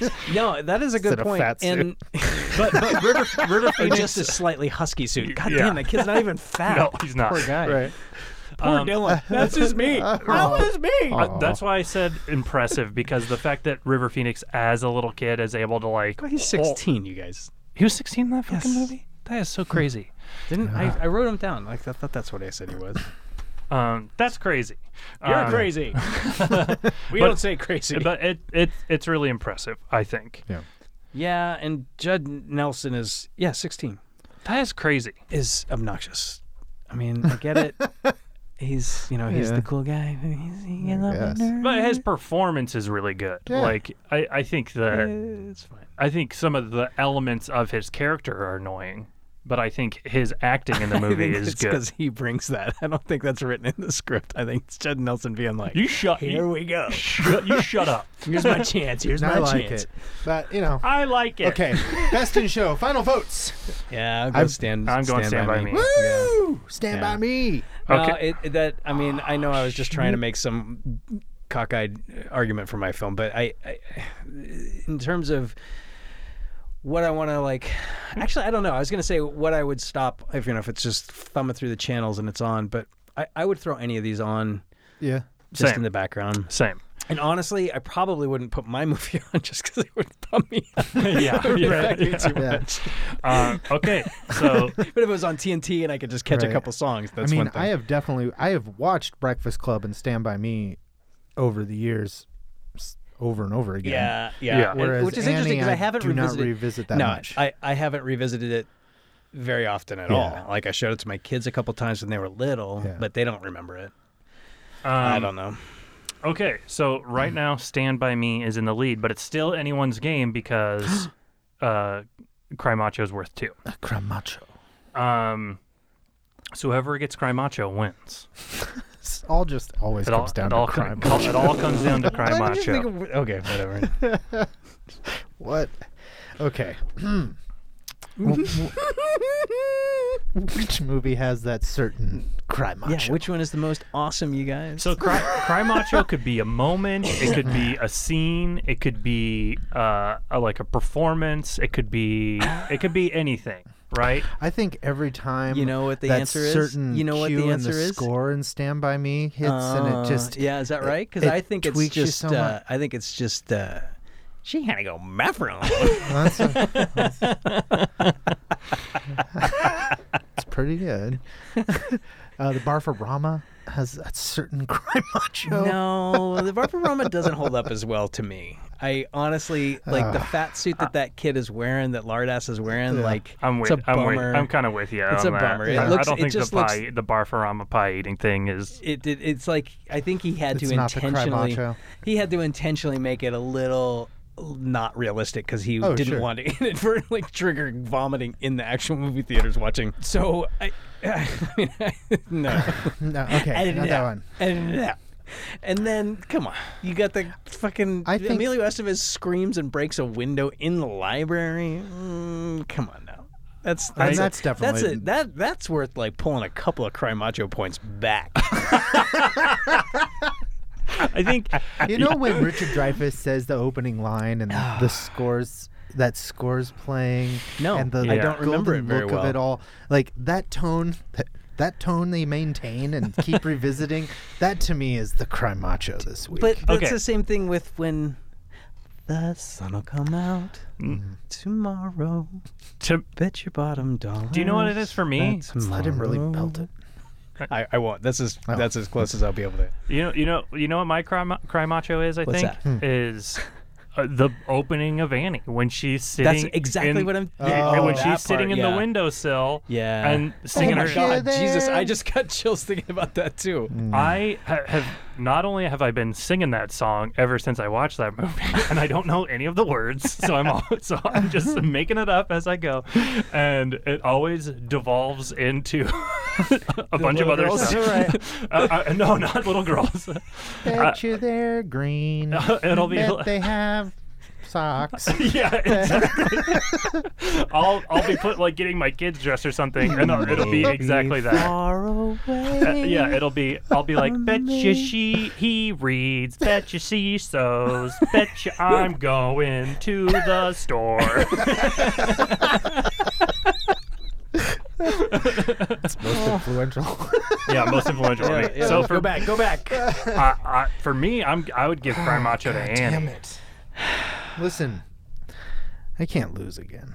[SPEAKER 3] yeah. no, that is a
[SPEAKER 4] Instead
[SPEAKER 3] good
[SPEAKER 4] of
[SPEAKER 3] point.
[SPEAKER 4] fat suit.
[SPEAKER 3] And but, but River River Phoenix just a slightly husky suit. God
[SPEAKER 2] Yeah.
[SPEAKER 3] damn, that kid's not even fat.
[SPEAKER 2] no, he's not.
[SPEAKER 3] Poor guy. Oh.
[SPEAKER 4] right.
[SPEAKER 3] Poor
[SPEAKER 2] Um,
[SPEAKER 3] Dylan. That's just me. that was me.
[SPEAKER 2] Uh, that's why I said impressive because the fact that River Phoenix, as a little kid, is able to like
[SPEAKER 3] He's
[SPEAKER 2] hold-
[SPEAKER 3] 16, you guys.
[SPEAKER 2] he was 16 in that fucking
[SPEAKER 3] Oh. Yes.
[SPEAKER 2] movie. That is so crazy.
[SPEAKER 3] Didn't I, I wrote him down. Like I thought that's what I said he was.
[SPEAKER 2] Um, that's crazy. Um,
[SPEAKER 3] crazy. we don't say crazy.
[SPEAKER 2] But it, it it's really impressive. I think
[SPEAKER 4] Yeah.
[SPEAKER 3] yeah, and Judd Nelson is yeah, 16.
[SPEAKER 2] that is crazy.
[SPEAKER 3] Is obnoxious. I mean, I get it. He's you know he's
[SPEAKER 4] Yeah.
[SPEAKER 3] the cool guy. He's he gets up
[SPEAKER 4] guess.
[SPEAKER 3] in there.
[SPEAKER 2] But his performance is really good.
[SPEAKER 4] Yeah.
[SPEAKER 2] Like I, I think the
[SPEAKER 3] It's fine.
[SPEAKER 2] I think some of the elements of his character are annoying, but I think his acting in the
[SPEAKER 3] I
[SPEAKER 2] movie
[SPEAKER 3] think
[SPEAKER 2] is
[SPEAKER 3] it's because
[SPEAKER 2] good.
[SPEAKER 3] he brings that. I don't think that's written in the script. I think it's Judd Nelson being like,
[SPEAKER 2] You shut
[SPEAKER 3] "Here
[SPEAKER 2] you,
[SPEAKER 3] we go.
[SPEAKER 2] shut you shut up.
[SPEAKER 3] Here's my chance. Here's
[SPEAKER 4] I
[SPEAKER 3] my
[SPEAKER 4] like
[SPEAKER 3] chance."
[SPEAKER 4] it, but you know.
[SPEAKER 2] I like it.
[SPEAKER 4] Okay, best in show. Final votes.
[SPEAKER 3] Yeah, I'll go
[SPEAKER 4] I'm-
[SPEAKER 3] stand.
[SPEAKER 2] I'm going Stand By Me.
[SPEAKER 4] Woo! Stand
[SPEAKER 3] Yeah.
[SPEAKER 4] by me.
[SPEAKER 2] Okay.
[SPEAKER 3] No, it, it- that I mean, I know I was just trying to make some cockeyed argument for my film, but I, I in terms of what I want to like, actually, I don't know. I was gonna say what I would stop if you know if it's just thumbing through the channels and it's on, but I, I would throw any of these on
[SPEAKER 4] Yeah.
[SPEAKER 3] just
[SPEAKER 2] Same.
[SPEAKER 3] in the background.
[SPEAKER 2] Same.
[SPEAKER 3] And honestly, I probably wouldn't put my movie on just because it would bump me up.
[SPEAKER 2] Yeah. yeah, yeah.
[SPEAKER 4] Yeah.
[SPEAKER 2] Uh, okay. So
[SPEAKER 3] But if it was on TNT and I could just catch a
[SPEAKER 4] Right.
[SPEAKER 3] couple songs,
[SPEAKER 4] I
[SPEAKER 3] that's
[SPEAKER 4] mean,
[SPEAKER 3] one thing.
[SPEAKER 4] I have definitely I have watched Breakfast Club and Stand by Me over the years, s- over and over again.
[SPEAKER 3] yeah,
[SPEAKER 2] Yeah.
[SPEAKER 3] yeah,
[SPEAKER 2] Yeah.
[SPEAKER 3] And-
[SPEAKER 4] Whereas
[SPEAKER 3] which is interesting
[SPEAKER 4] Annie,
[SPEAKER 3] because I
[SPEAKER 4] I
[SPEAKER 3] haven't
[SPEAKER 4] do not
[SPEAKER 3] revisited,
[SPEAKER 4] revisit that
[SPEAKER 3] no,
[SPEAKER 4] much.
[SPEAKER 3] I, I haven't revisited it very often at
[SPEAKER 4] Yeah.
[SPEAKER 3] all. Like I showed it to my kids a couple times when they were little,
[SPEAKER 4] Yeah.
[SPEAKER 3] but they don't remember it. I
[SPEAKER 2] um,
[SPEAKER 3] don't know.
[SPEAKER 2] Okay, so right now, Stand By Me is in the lead, but it's still anyone's game because uh, Cry Macho's worth two.
[SPEAKER 4] Cramacho.
[SPEAKER 2] Um, so whoever gets Cry Macho wins.
[SPEAKER 4] It's all just always
[SPEAKER 2] It
[SPEAKER 4] comes
[SPEAKER 2] all,
[SPEAKER 4] down
[SPEAKER 2] it
[SPEAKER 4] to
[SPEAKER 2] all
[SPEAKER 4] crime.
[SPEAKER 2] co- it all comes down to Cry
[SPEAKER 3] Why did you think
[SPEAKER 2] Macho.
[SPEAKER 3] of- okay, whatever.
[SPEAKER 4] What? Okay. W- w- which movie has that certain crime
[SPEAKER 3] yeah,
[SPEAKER 4] macho?
[SPEAKER 3] which one is the most awesome, you guys?
[SPEAKER 2] So Cry, Cry Macho could be a moment, it could be a scene, it could be uh, a, like a performance, it could be it could be anything, right?
[SPEAKER 4] I think every time
[SPEAKER 3] You know what the
[SPEAKER 4] that
[SPEAKER 3] answer is?
[SPEAKER 4] certain
[SPEAKER 3] You know what the
[SPEAKER 4] cue in
[SPEAKER 3] answer is?
[SPEAKER 4] Score and Stand by Me hits, and
[SPEAKER 3] Uh,
[SPEAKER 4] it just
[SPEAKER 3] yeah, is that
[SPEAKER 4] it-
[SPEAKER 3] right? Because
[SPEAKER 4] it
[SPEAKER 3] I think it's
[SPEAKER 4] tweaks you
[SPEAKER 3] just
[SPEAKER 4] so
[SPEAKER 3] uh,
[SPEAKER 4] much.
[SPEAKER 3] I think it's just uh, she had to go macaron.
[SPEAKER 4] That's a- that's- it's pretty good. Uh, the Barfarama has a certain crime macho.
[SPEAKER 3] no,
[SPEAKER 4] Oh.
[SPEAKER 3] the Barbaroma doesn't hold up as well to me. I honestly like the fat suit that that kid is wearing, that Lardass is wearing. Like
[SPEAKER 2] I'm
[SPEAKER 3] it's
[SPEAKER 2] with,
[SPEAKER 3] a
[SPEAKER 2] I'm with,
[SPEAKER 3] bummer.
[SPEAKER 2] I'm kind of with you.
[SPEAKER 3] It's
[SPEAKER 2] on
[SPEAKER 3] a
[SPEAKER 2] that.
[SPEAKER 3] bummer. It
[SPEAKER 2] I-
[SPEAKER 3] looks-
[SPEAKER 2] I don't
[SPEAKER 3] it
[SPEAKER 2] think
[SPEAKER 3] just
[SPEAKER 2] the
[SPEAKER 3] looks-
[SPEAKER 2] pie, the Barfarama pie eating thing is
[SPEAKER 3] it, it it's like I think he had
[SPEAKER 4] It's
[SPEAKER 3] to
[SPEAKER 4] not the cry
[SPEAKER 3] intentionally
[SPEAKER 4] macho.
[SPEAKER 3] he had to intentionally make it a little not realistic because he
[SPEAKER 4] Oh,
[SPEAKER 3] didn't
[SPEAKER 4] sure.
[SPEAKER 3] want to inadvertently trigger vomiting in the actual movie theaters watching. So I, I mean, I, no,
[SPEAKER 4] No, okay,
[SPEAKER 3] I didn't
[SPEAKER 4] not that
[SPEAKER 3] know.
[SPEAKER 4] one.
[SPEAKER 3] I didn't know. And then, come on, you got the fucking
[SPEAKER 4] I think-
[SPEAKER 3] Emilio Estevez screams and breaks a window in the library. Mm, come on now, that's
[SPEAKER 4] And
[SPEAKER 3] that's,
[SPEAKER 4] that's
[SPEAKER 3] that's
[SPEAKER 4] definitely-
[SPEAKER 3] it. That that's worth like pulling a couple of cry macho points back.
[SPEAKER 2] I think
[SPEAKER 4] You know when Richard Dreyfuss says the opening line and the scores that scores playing?
[SPEAKER 3] No,
[SPEAKER 4] and the
[SPEAKER 2] I don't
[SPEAKER 4] golden
[SPEAKER 3] remember it very
[SPEAKER 4] look
[SPEAKER 3] well.
[SPEAKER 4] of it all. Like that tone, that, that tone they maintain and keep revisiting. That to me is the crime macho this week.
[SPEAKER 3] But that's
[SPEAKER 2] Okay.
[SPEAKER 3] the same thing with when the sun'll come out
[SPEAKER 4] Mm.
[SPEAKER 3] tomorrow.
[SPEAKER 2] to,
[SPEAKER 3] Bet your bottom dollar.
[SPEAKER 2] Do you know what it is for me?
[SPEAKER 4] let him really belt it.
[SPEAKER 3] I, I won't. That's as
[SPEAKER 4] Oh.
[SPEAKER 3] that's as close as I'll be able to.
[SPEAKER 2] You know, you know, you know what my cry, ma- cry macho is. I
[SPEAKER 3] What's
[SPEAKER 2] think
[SPEAKER 3] that? Hmm.
[SPEAKER 2] is uh, the opening of Annie when she's
[SPEAKER 3] That's
[SPEAKER 2] sitting.
[SPEAKER 3] exactly
[SPEAKER 2] in-
[SPEAKER 3] what I'm-
[SPEAKER 2] Yeah,
[SPEAKER 4] Oh,
[SPEAKER 2] when
[SPEAKER 3] that
[SPEAKER 2] she's sitting
[SPEAKER 3] part,
[SPEAKER 2] in the
[SPEAKER 3] yeah.
[SPEAKER 2] windowsill.
[SPEAKER 3] Yeah. Oh
[SPEAKER 2] And singing
[SPEAKER 4] my
[SPEAKER 2] her.
[SPEAKER 4] God.
[SPEAKER 3] Jesus!
[SPEAKER 4] there.
[SPEAKER 3] I just got chills thinking about that too.
[SPEAKER 2] I ha- have not only have I been singing that song ever since I watched that movie, and I don't know any of the words, so I'm all, so I'm just making it up as I go, and it always devolves into a bunch of
[SPEAKER 4] Little
[SPEAKER 2] other
[SPEAKER 4] Girls.
[SPEAKER 2] stuff. Uh, uh, no, not little girls.
[SPEAKER 4] Bet you they're green.
[SPEAKER 2] It'll be
[SPEAKER 4] Bet they have socks.
[SPEAKER 2] Yeah, exactly. I'll I'll be put like getting my kids dressed or something, and it'll, it'll be exactly that.
[SPEAKER 3] Far
[SPEAKER 2] Uh,
[SPEAKER 3] away.
[SPEAKER 2] yeah, it'll be. I'll be like, betcha she he reads, betcha she sews, betcha I'm going to the store.
[SPEAKER 4] Most influential.
[SPEAKER 2] yeah, most influential. on me.
[SPEAKER 3] Yeah,
[SPEAKER 2] So for
[SPEAKER 3] go back, go back.
[SPEAKER 2] I, I, for me, I'm I would give Cry Macho to Annie.
[SPEAKER 4] Damn it. Listen, I can't lose again.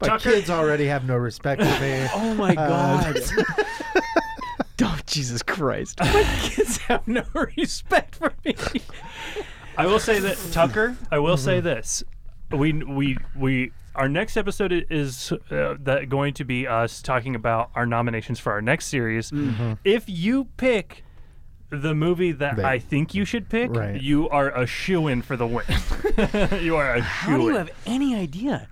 [SPEAKER 4] My
[SPEAKER 2] Tucker-
[SPEAKER 4] kids already have no respect for me.
[SPEAKER 3] oh my God. Oh Jesus Christ! My kids have no respect for me.
[SPEAKER 2] I will say that Tucker. I will say
[SPEAKER 3] Mm-hmm.
[SPEAKER 2] this. We we we. Our next episode i- is uh, that going to be us talking about our nominations for our next series.
[SPEAKER 3] Mm-hmm.
[SPEAKER 2] If you pick the movie that
[SPEAKER 4] That-
[SPEAKER 2] I think you should pick,
[SPEAKER 4] Right.
[SPEAKER 2] you are a shoe in for the win. you are a
[SPEAKER 3] How do
[SPEAKER 2] shoe
[SPEAKER 3] you
[SPEAKER 2] in.
[SPEAKER 3] have any idea?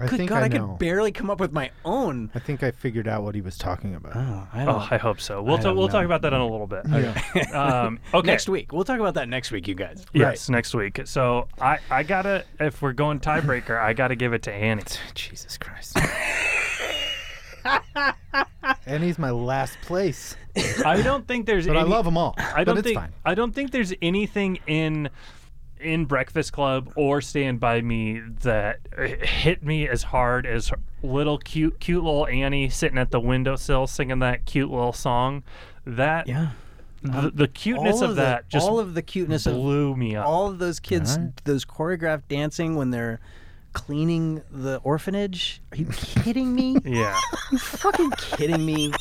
[SPEAKER 4] I
[SPEAKER 3] Good
[SPEAKER 4] think
[SPEAKER 3] God,
[SPEAKER 4] I
[SPEAKER 3] I,
[SPEAKER 4] know.
[SPEAKER 3] could barely come up with my own.
[SPEAKER 4] I think I figured out what he was talking about.
[SPEAKER 3] Oh, I don't.
[SPEAKER 2] Oh, I hope so. We'll
[SPEAKER 3] I
[SPEAKER 2] ta-
[SPEAKER 3] don't
[SPEAKER 2] we'll
[SPEAKER 3] know.
[SPEAKER 2] talk about that in a little bit. Um, okay.
[SPEAKER 3] Next week, we'll talk about that next week, you guys.
[SPEAKER 2] Yes, next week. So I, I gotta if we're going tiebreaker, I gotta give it to Annie.
[SPEAKER 4] Jesus Christ. and he's my last place.
[SPEAKER 2] I don't think there's
[SPEAKER 4] But I
[SPEAKER 2] any-
[SPEAKER 4] love them all.
[SPEAKER 2] I don't
[SPEAKER 4] but it's
[SPEAKER 2] think
[SPEAKER 4] fine.
[SPEAKER 2] I don't think there's anything in in Breakfast Club or Stand By Me that uh, hit me as hard as little cute, cute little Annie sitting at the windowsill singing that cute little song. That
[SPEAKER 3] Yeah.
[SPEAKER 2] the, the cuteness
[SPEAKER 3] all
[SPEAKER 2] of,
[SPEAKER 3] of the-
[SPEAKER 2] that just
[SPEAKER 3] all of the cuteness of
[SPEAKER 2] blew me up.
[SPEAKER 3] all of those kids, those choreographed dancing when they're cleaning the orphanage. Are you kidding me?
[SPEAKER 2] yeah,
[SPEAKER 3] you fucking kidding me?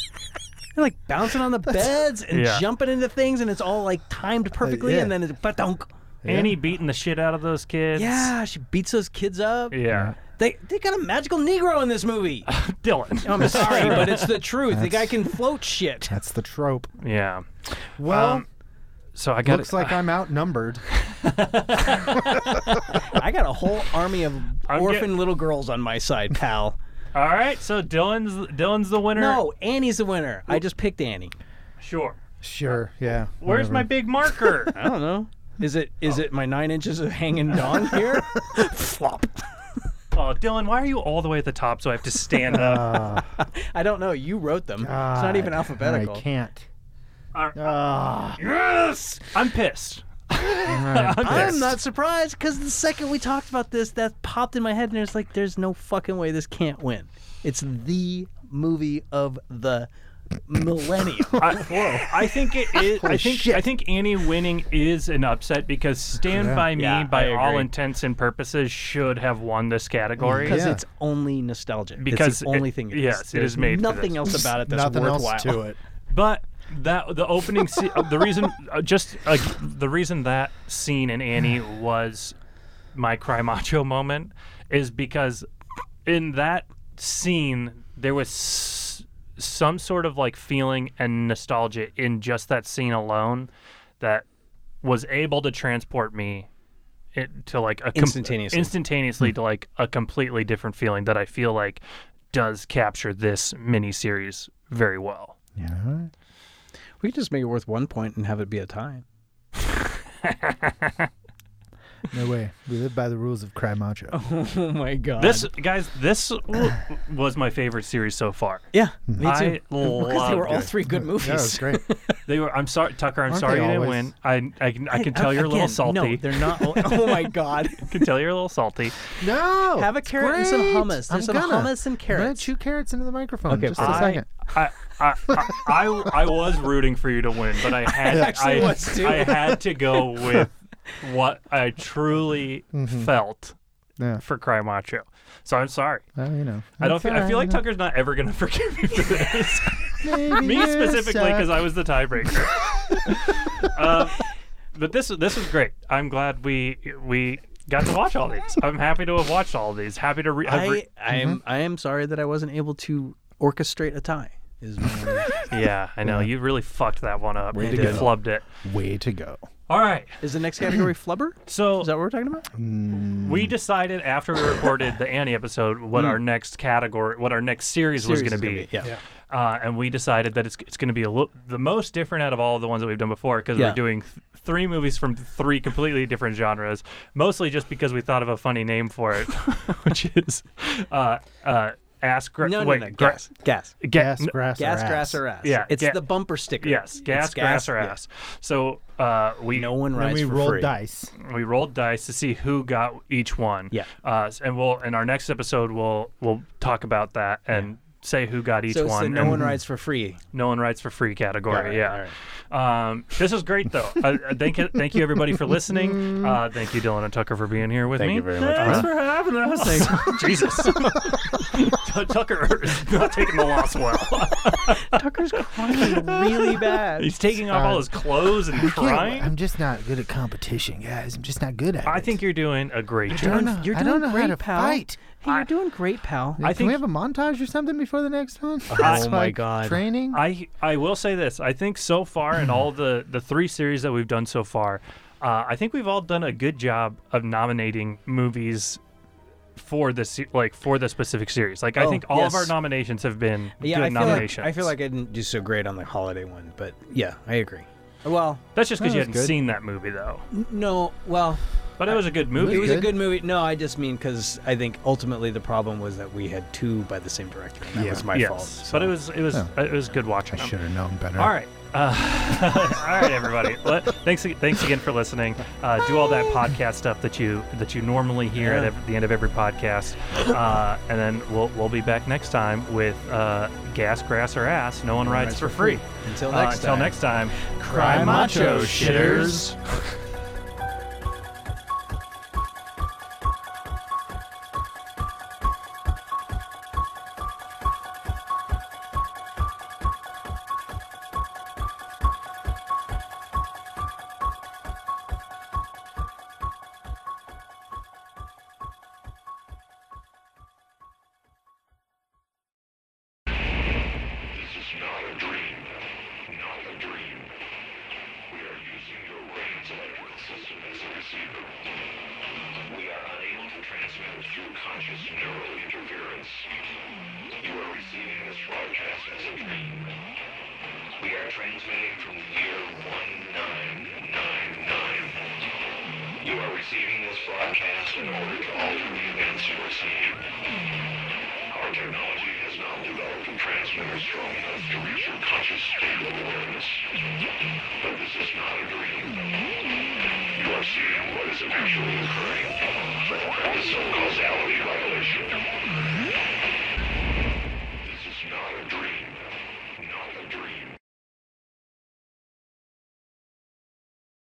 [SPEAKER 3] They're like bouncing on the beds and
[SPEAKER 2] Yeah.
[SPEAKER 3] jumping into things, and it's all like timed perfectly,
[SPEAKER 4] yeah.
[SPEAKER 3] and then Uh, it's ba-dunk.
[SPEAKER 2] Annie beating the shit out of those kids.
[SPEAKER 3] Yeah, she beats those kids up.
[SPEAKER 2] yeah.
[SPEAKER 3] They they got a magical Negro in this movie.
[SPEAKER 2] Dylan.
[SPEAKER 3] I'm sorry, but it's the truth. the guy can float shit.
[SPEAKER 4] That's the trope.
[SPEAKER 2] yeah.
[SPEAKER 4] Well,
[SPEAKER 2] Um, So I Um, got
[SPEAKER 4] looks like I'm outnumbered.
[SPEAKER 3] I got a whole army of
[SPEAKER 2] I'm
[SPEAKER 3] orphan
[SPEAKER 2] getting-
[SPEAKER 3] little girls on my side, pal.
[SPEAKER 2] all right. So Dylan's Dylan's the winner.
[SPEAKER 3] No, Annie's the winner. I just picked Annie.
[SPEAKER 2] sure.
[SPEAKER 4] Sure. Yeah.
[SPEAKER 2] Where's my
[SPEAKER 4] whatever.
[SPEAKER 2] big marker?
[SPEAKER 3] I don't know. Oh. Is it is it my nine inches of hanging dawn here? Flop.
[SPEAKER 2] oh, Dylan, why are you all the way at the top? So I have to stand up.
[SPEAKER 3] I don't know. You wrote them. it's not even
[SPEAKER 4] God,
[SPEAKER 3] alphabetical.
[SPEAKER 4] I can't.
[SPEAKER 2] All right.
[SPEAKER 4] Ah,
[SPEAKER 2] yes, I'm pissed.
[SPEAKER 3] I'm not surprised because the second we talked about this, that popped in my head, and it's like, there's no fucking way this can't win. It's the movie of the millennium.
[SPEAKER 2] I, I think it is. I think I think Annie winning is an upset because Stand by Me,
[SPEAKER 3] Yeah, I
[SPEAKER 2] by all
[SPEAKER 3] agree.
[SPEAKER 2] intents and purposes, should have won this category.
[SPEAKER 3] Because
[SPEAKER 4] Yeah.
[SPEAKER 3] it's only nostalgic. it's
[SPEAKER 2] Because
[SPEAKER 3] the only
[SPEAKER 2] it-
[SPEAKER 3] thing.
[SPEAKER 2] yes, it
[SPEAKER 3] is.
[SPEAKER 2] is
[SPEAKER 3] There's
[SPEAKER 2] made for
[SPEAKER 3] Nothing
[SPEAKER 2] this.
[SPEAKER 3] else about it that's
[SPEAKER 4] nothing
[SPEAKER 3] worthwhile.
[SPEAKER 4] else to it.
[SPEAKER 2] But that the opening scene, the reason, uh, just uh, the reason that scene in Annie was my cry macho moment is because in that scene there was s- some sort of like feeling and nostalgia in just that scene alone that was able to transport me it, to like a com-
[SPEAKER 3] Instantaneously.
[SPEAKER 2] instantaneously to like a completely different feeling that I feel like does capture this miniseries very well.
[SPEAKER 4] Yeah.
[SPEAKER 3] We could just make it worth one point and have it be a tie.
[SPEAKER 4] No way. We live by the rules of Cry Macho.
[SPEAKER 3] Oh my god.
[SPEAKER 2] This guys, this w- was my favorite series so far.
[SPEAKER 3] Yeah, me too.
[SPEAKER 2] I
[SPEAKER 3] because they were all
[SPEAKER 2] loved it.
[SPEAKER 3] three good movies.
[SPEAKER 4] that was great.
[SPEAKER 2] They were. I'm sorry, Tucker. I'm
[SPEAKER 4] Aren't
[SPEAKER 2] sorry you
[SPEAKER 4] they
[SPEAKER 2] didn't
[SPEAKER 4] always-
[SPEAKER 2] win. I I, can- I can tell you're a little
[SPEAKER 3] Again,
[SPEAKER 2] salty.
[SPEAKER 3] No, they're not. Oh my god.
[SPEAKER 2] I can tell you're a little salty.
[SPEAKER 4] No.
[SPEAKER 3] Have a carrot and some
[SPEAKER 4] great.
[SPEAKER 3] hummus. There's
[SPEAKER 4] I'm
[SPEAKER 3] some
[SPEAKER 4] gonna-
[SPEAKER 3] hummus and
[SPEAKER 4] I'm gonna
[SPEAKER 3] carrots.
[SPEAKER 4] chew carrots into the microphone.
[SPEAKER 3] Okay,
[SPEAKER 4] just a
[SPEAKER 3] fine.
[SPEAKER 2] I,
[SPEAKER 4] second.
[SPEAKER 2] I, I, I, I, I was rooting for you to win, but I had
[SPEAKER 3] actually
[SPEAKER 2] I,
[SPEAKER 3] was too.
[SPEAKER 2] I had to go with what I truly felt
[SPEAKER 4] Yeah.
[SPEAKER 2] for Cry Macho. So I'm sorry.
[SPEAKER 4] Well, you know.
[SPEAKER 2] I don't.
[SPEAKER 4] That's
[SPEAKER 2] Feel,
[SPEAKER 4] all
[SPEAKER 2] I feel
[SPEAKER 4] right,
[SPEAKER 2] like Tucker's not ever gonna forgive me for this.
[SPEAKER 4] you know. Maybe
[SPEAKER 2] me
[SPEAKER 4] you
[SPEAKER 2] specifically
[SPEAKER 4] suck.
[SPEAKER 2] because I was the tiebreaker. uh, but this this was great. I'm glad we we got to watch all these. I'm happy to have watched all of these. Happy to re- have
[SPEAKER 3] I,
[SPEAKER 2] re-
[SPEAKER 3] I
[SPEAKER 2] Mm-hmm.
[SPEAKER 3] am I am sorry that I wasn't able to orchestrate a tie. Is my,
[SPEAKER 2] yeah. I know you really fucked that one up. you
[SPEAKER 4] to go.
[SPEAKER 2] flubbed it.
[SPEAKER 4] Way to go.
[SPEAKER 2] All right.
[SPEAKER 3] is the next category flubber?
[SPEAKER 2] So
[SPEAKER 3] Is that what we're talking about? Mm.
[SPEAKER 2] we decided after we recorded the Annie episode what our next category, what our next series, was
[SPEAKER 3] Series
[SPEAKER 2] going
[SPEAKER 3] is
[SPEAKER 2] to
[SPEAKER 3] gonna
[SPEAKER 2] be.
[SPEAKER 3] yeah.
[SPEAKER 2] uh, and we decided that it's it's going to be a little the most different out of all the ones that we've done before because
[SPEAKER 3] Yeah.
[SPEAKER 2] we're doing th- three movies from three completely different genres, mostly just because we thought of a funny name for it, which is uh, uh, ask gra-
[SPEAKER 3] No,
[SPEAKER 2] wait
[SPEAKER 3] no, no.
[SPEAKER 2] gra-
[SPEAKER 3] Gas, gas,
[SPEAKER 2] ga-
[SPEAKER 4] Gas,
[SPEAKER 2] n-
[SPEAKER 4] grass,
[SPEAKER 3] gas,
[SPEAKER 4] or
[SPEAKER 3] grass,
[SPEAKER 4] ass.
[SPEAKER 3] or ass.
[SPEAKER 2] Yeah,
[SPEAKER 3] it's
[SPEAKER 2] ga-
[SPEAKER 3] the bumper sticker.
[SPEAKER 2] yes, gas,
[SPEAKER 3] It's
[SPEAKER 2] grass, or
[SPEAKER 3] yeah.
[SPEAKER 2] ass. So uh, we
[SPEAKER 3] No one
[SPEAKER 4] And
[SPEAKER 3] rides
[SPEAKER 4] we
[SPEAKER 3] for
[SPEAKER 4] rolled
[SPEAKER 3] free.
[SPEAKER 4] dice.
[SPEAKER 2] we rolled dice to see who got each one.
[SPEAKER 3] Yeah.
[SPEAKER 2] uh, s- and we'll in our next episode we'll we'll talk about that and. Say who got each
[SPEAKER 3] So it's
[SPEAKER 2] one.
[SPEAKER 3] the no
[SPEAKER 2] and-
[SPEAKER 3] one rides for free.
[SPEAKER 2] No one writes for free category.
[SPEAKER 3] Alright,
[SPEAKER 2] yeah. Um, this is great though. uh, uh, thank you, thank you everybody for listening. Uh, thank you Dylan and Tucker for being here with me.
[SPEAKER 3] Thanks for having us.
[SPEAKER 2] Jesus, Tu- Tucker is not taking the loss well.
[SPEAKER 3] Tucker's crying really bad.
[SPEAKER 2] He's taking off all his clothes and
[SPEAKER 4] Uh, Can't-
[SPEAKER 2] crying.
[SPEAKER 4] I'm just not good at competition, guys. I'm just not good at it.
[SPEAKER 2] I think you're doing a great
[SPEAKER 4] I don't
[SPEAKER 2] job.
[SPEAKER 4] know.
[SPEAKER 3] You're
[SPEAKER 4] I
[SPEAKER 3] doing
[SPEAKER 4] don't know
[SPEAKER 3] great,
[SPEAKER 4] how to
[SPEAKER 3] pal.
[SPEAKER 4] fight.
[SPEAKER 3] Hey, you're doing great, pal.
[SPEAKER 2] I
[SPEAKER 4] Can
[SPEAKER 2] think
[SPEAKER 4] we have a montage or something before the next one? Oh
[SPEAKER 3] my God.
[SPEAKER 4] Training.
[SPEAKER 2] I I will say this. I think so far in all the the three series that we've done so far, uh, I think we've all done a good job of nominating movies for the se- like for the specific series. Like I
[SPEAKER 3] Oh,
[SPEAKER 2] think all of our
[SPEAKER 3] yes.
[SPEAKER 2] nominations have been
[SPEAKER 3] yeah,
[SPEAKER 2] good
[SPEAKER 3] I feel, like,
[SPEAKER 2] nominations.
[SPEAKER 3] I feel like I didn't do so great on the holiday one, but yeah, I agree. Well,
[SPEAKER 2] that's just because
[SPEAKER 4] That
[SPEAKER 2] you
[SPEAKER 4] was
[SPEAKER 2] hadn't
[SPEAKER 4] good.
[SPEAKER 2] seen that movie though.
[SPEAKER 3] n- no, well,
[SPEAKER 2] But it was a good movie.
[SPEAKER 3] it was a
[SPEAKER 4] good.
[SPEAKER 3] good movie. No, I just mean because I think ultimately the problem was that we had two by the same director. and That was my
[SPEAKER 2] yes,
[SPEAKER 3] fault.
[SPEAKER 2] but it was it was it was good watching.
[SPEAKER 4] I
[SPEAKER 2] them.
[SPEAKER 4] should have known better.
[SPEAKER 2] All right. all right, everybody. Let, thanks, ag- thanks again for listening. Uh, do all that podcast stuff that you that you normally hear at
[SPEAKER 3] Yeah.
[SPEAKER 2] ev- the end of every podcast, uh, and then we'll we'll be back next time with uh, gas, grass, or ass. No one rides for free.
[SPEAKER 3] Until
[SPEAKER 2] Uh,
[SPEAKER 3] next
[SPEAKER 2] until
[SPEAKER 3] time.
[SPEAKER 2] next time.
[SPEAKER 3] Cry macho, shitters.
[SPEAKER 5] This is not a dream. Not a dream. We are using your brain's electrical system as a receiver. We are unable to transmit through conscious neural interference. You are receiving this broadcast as a dream. We are transmitting from the year 1999. You are receiving this broadcast in order to alter the events you are seeing. Our technology has now developed a transmitter strong enough to reach your conscious state of awareness. But this is not a dream. You are seeing what is actually occurring. That is a causality violation.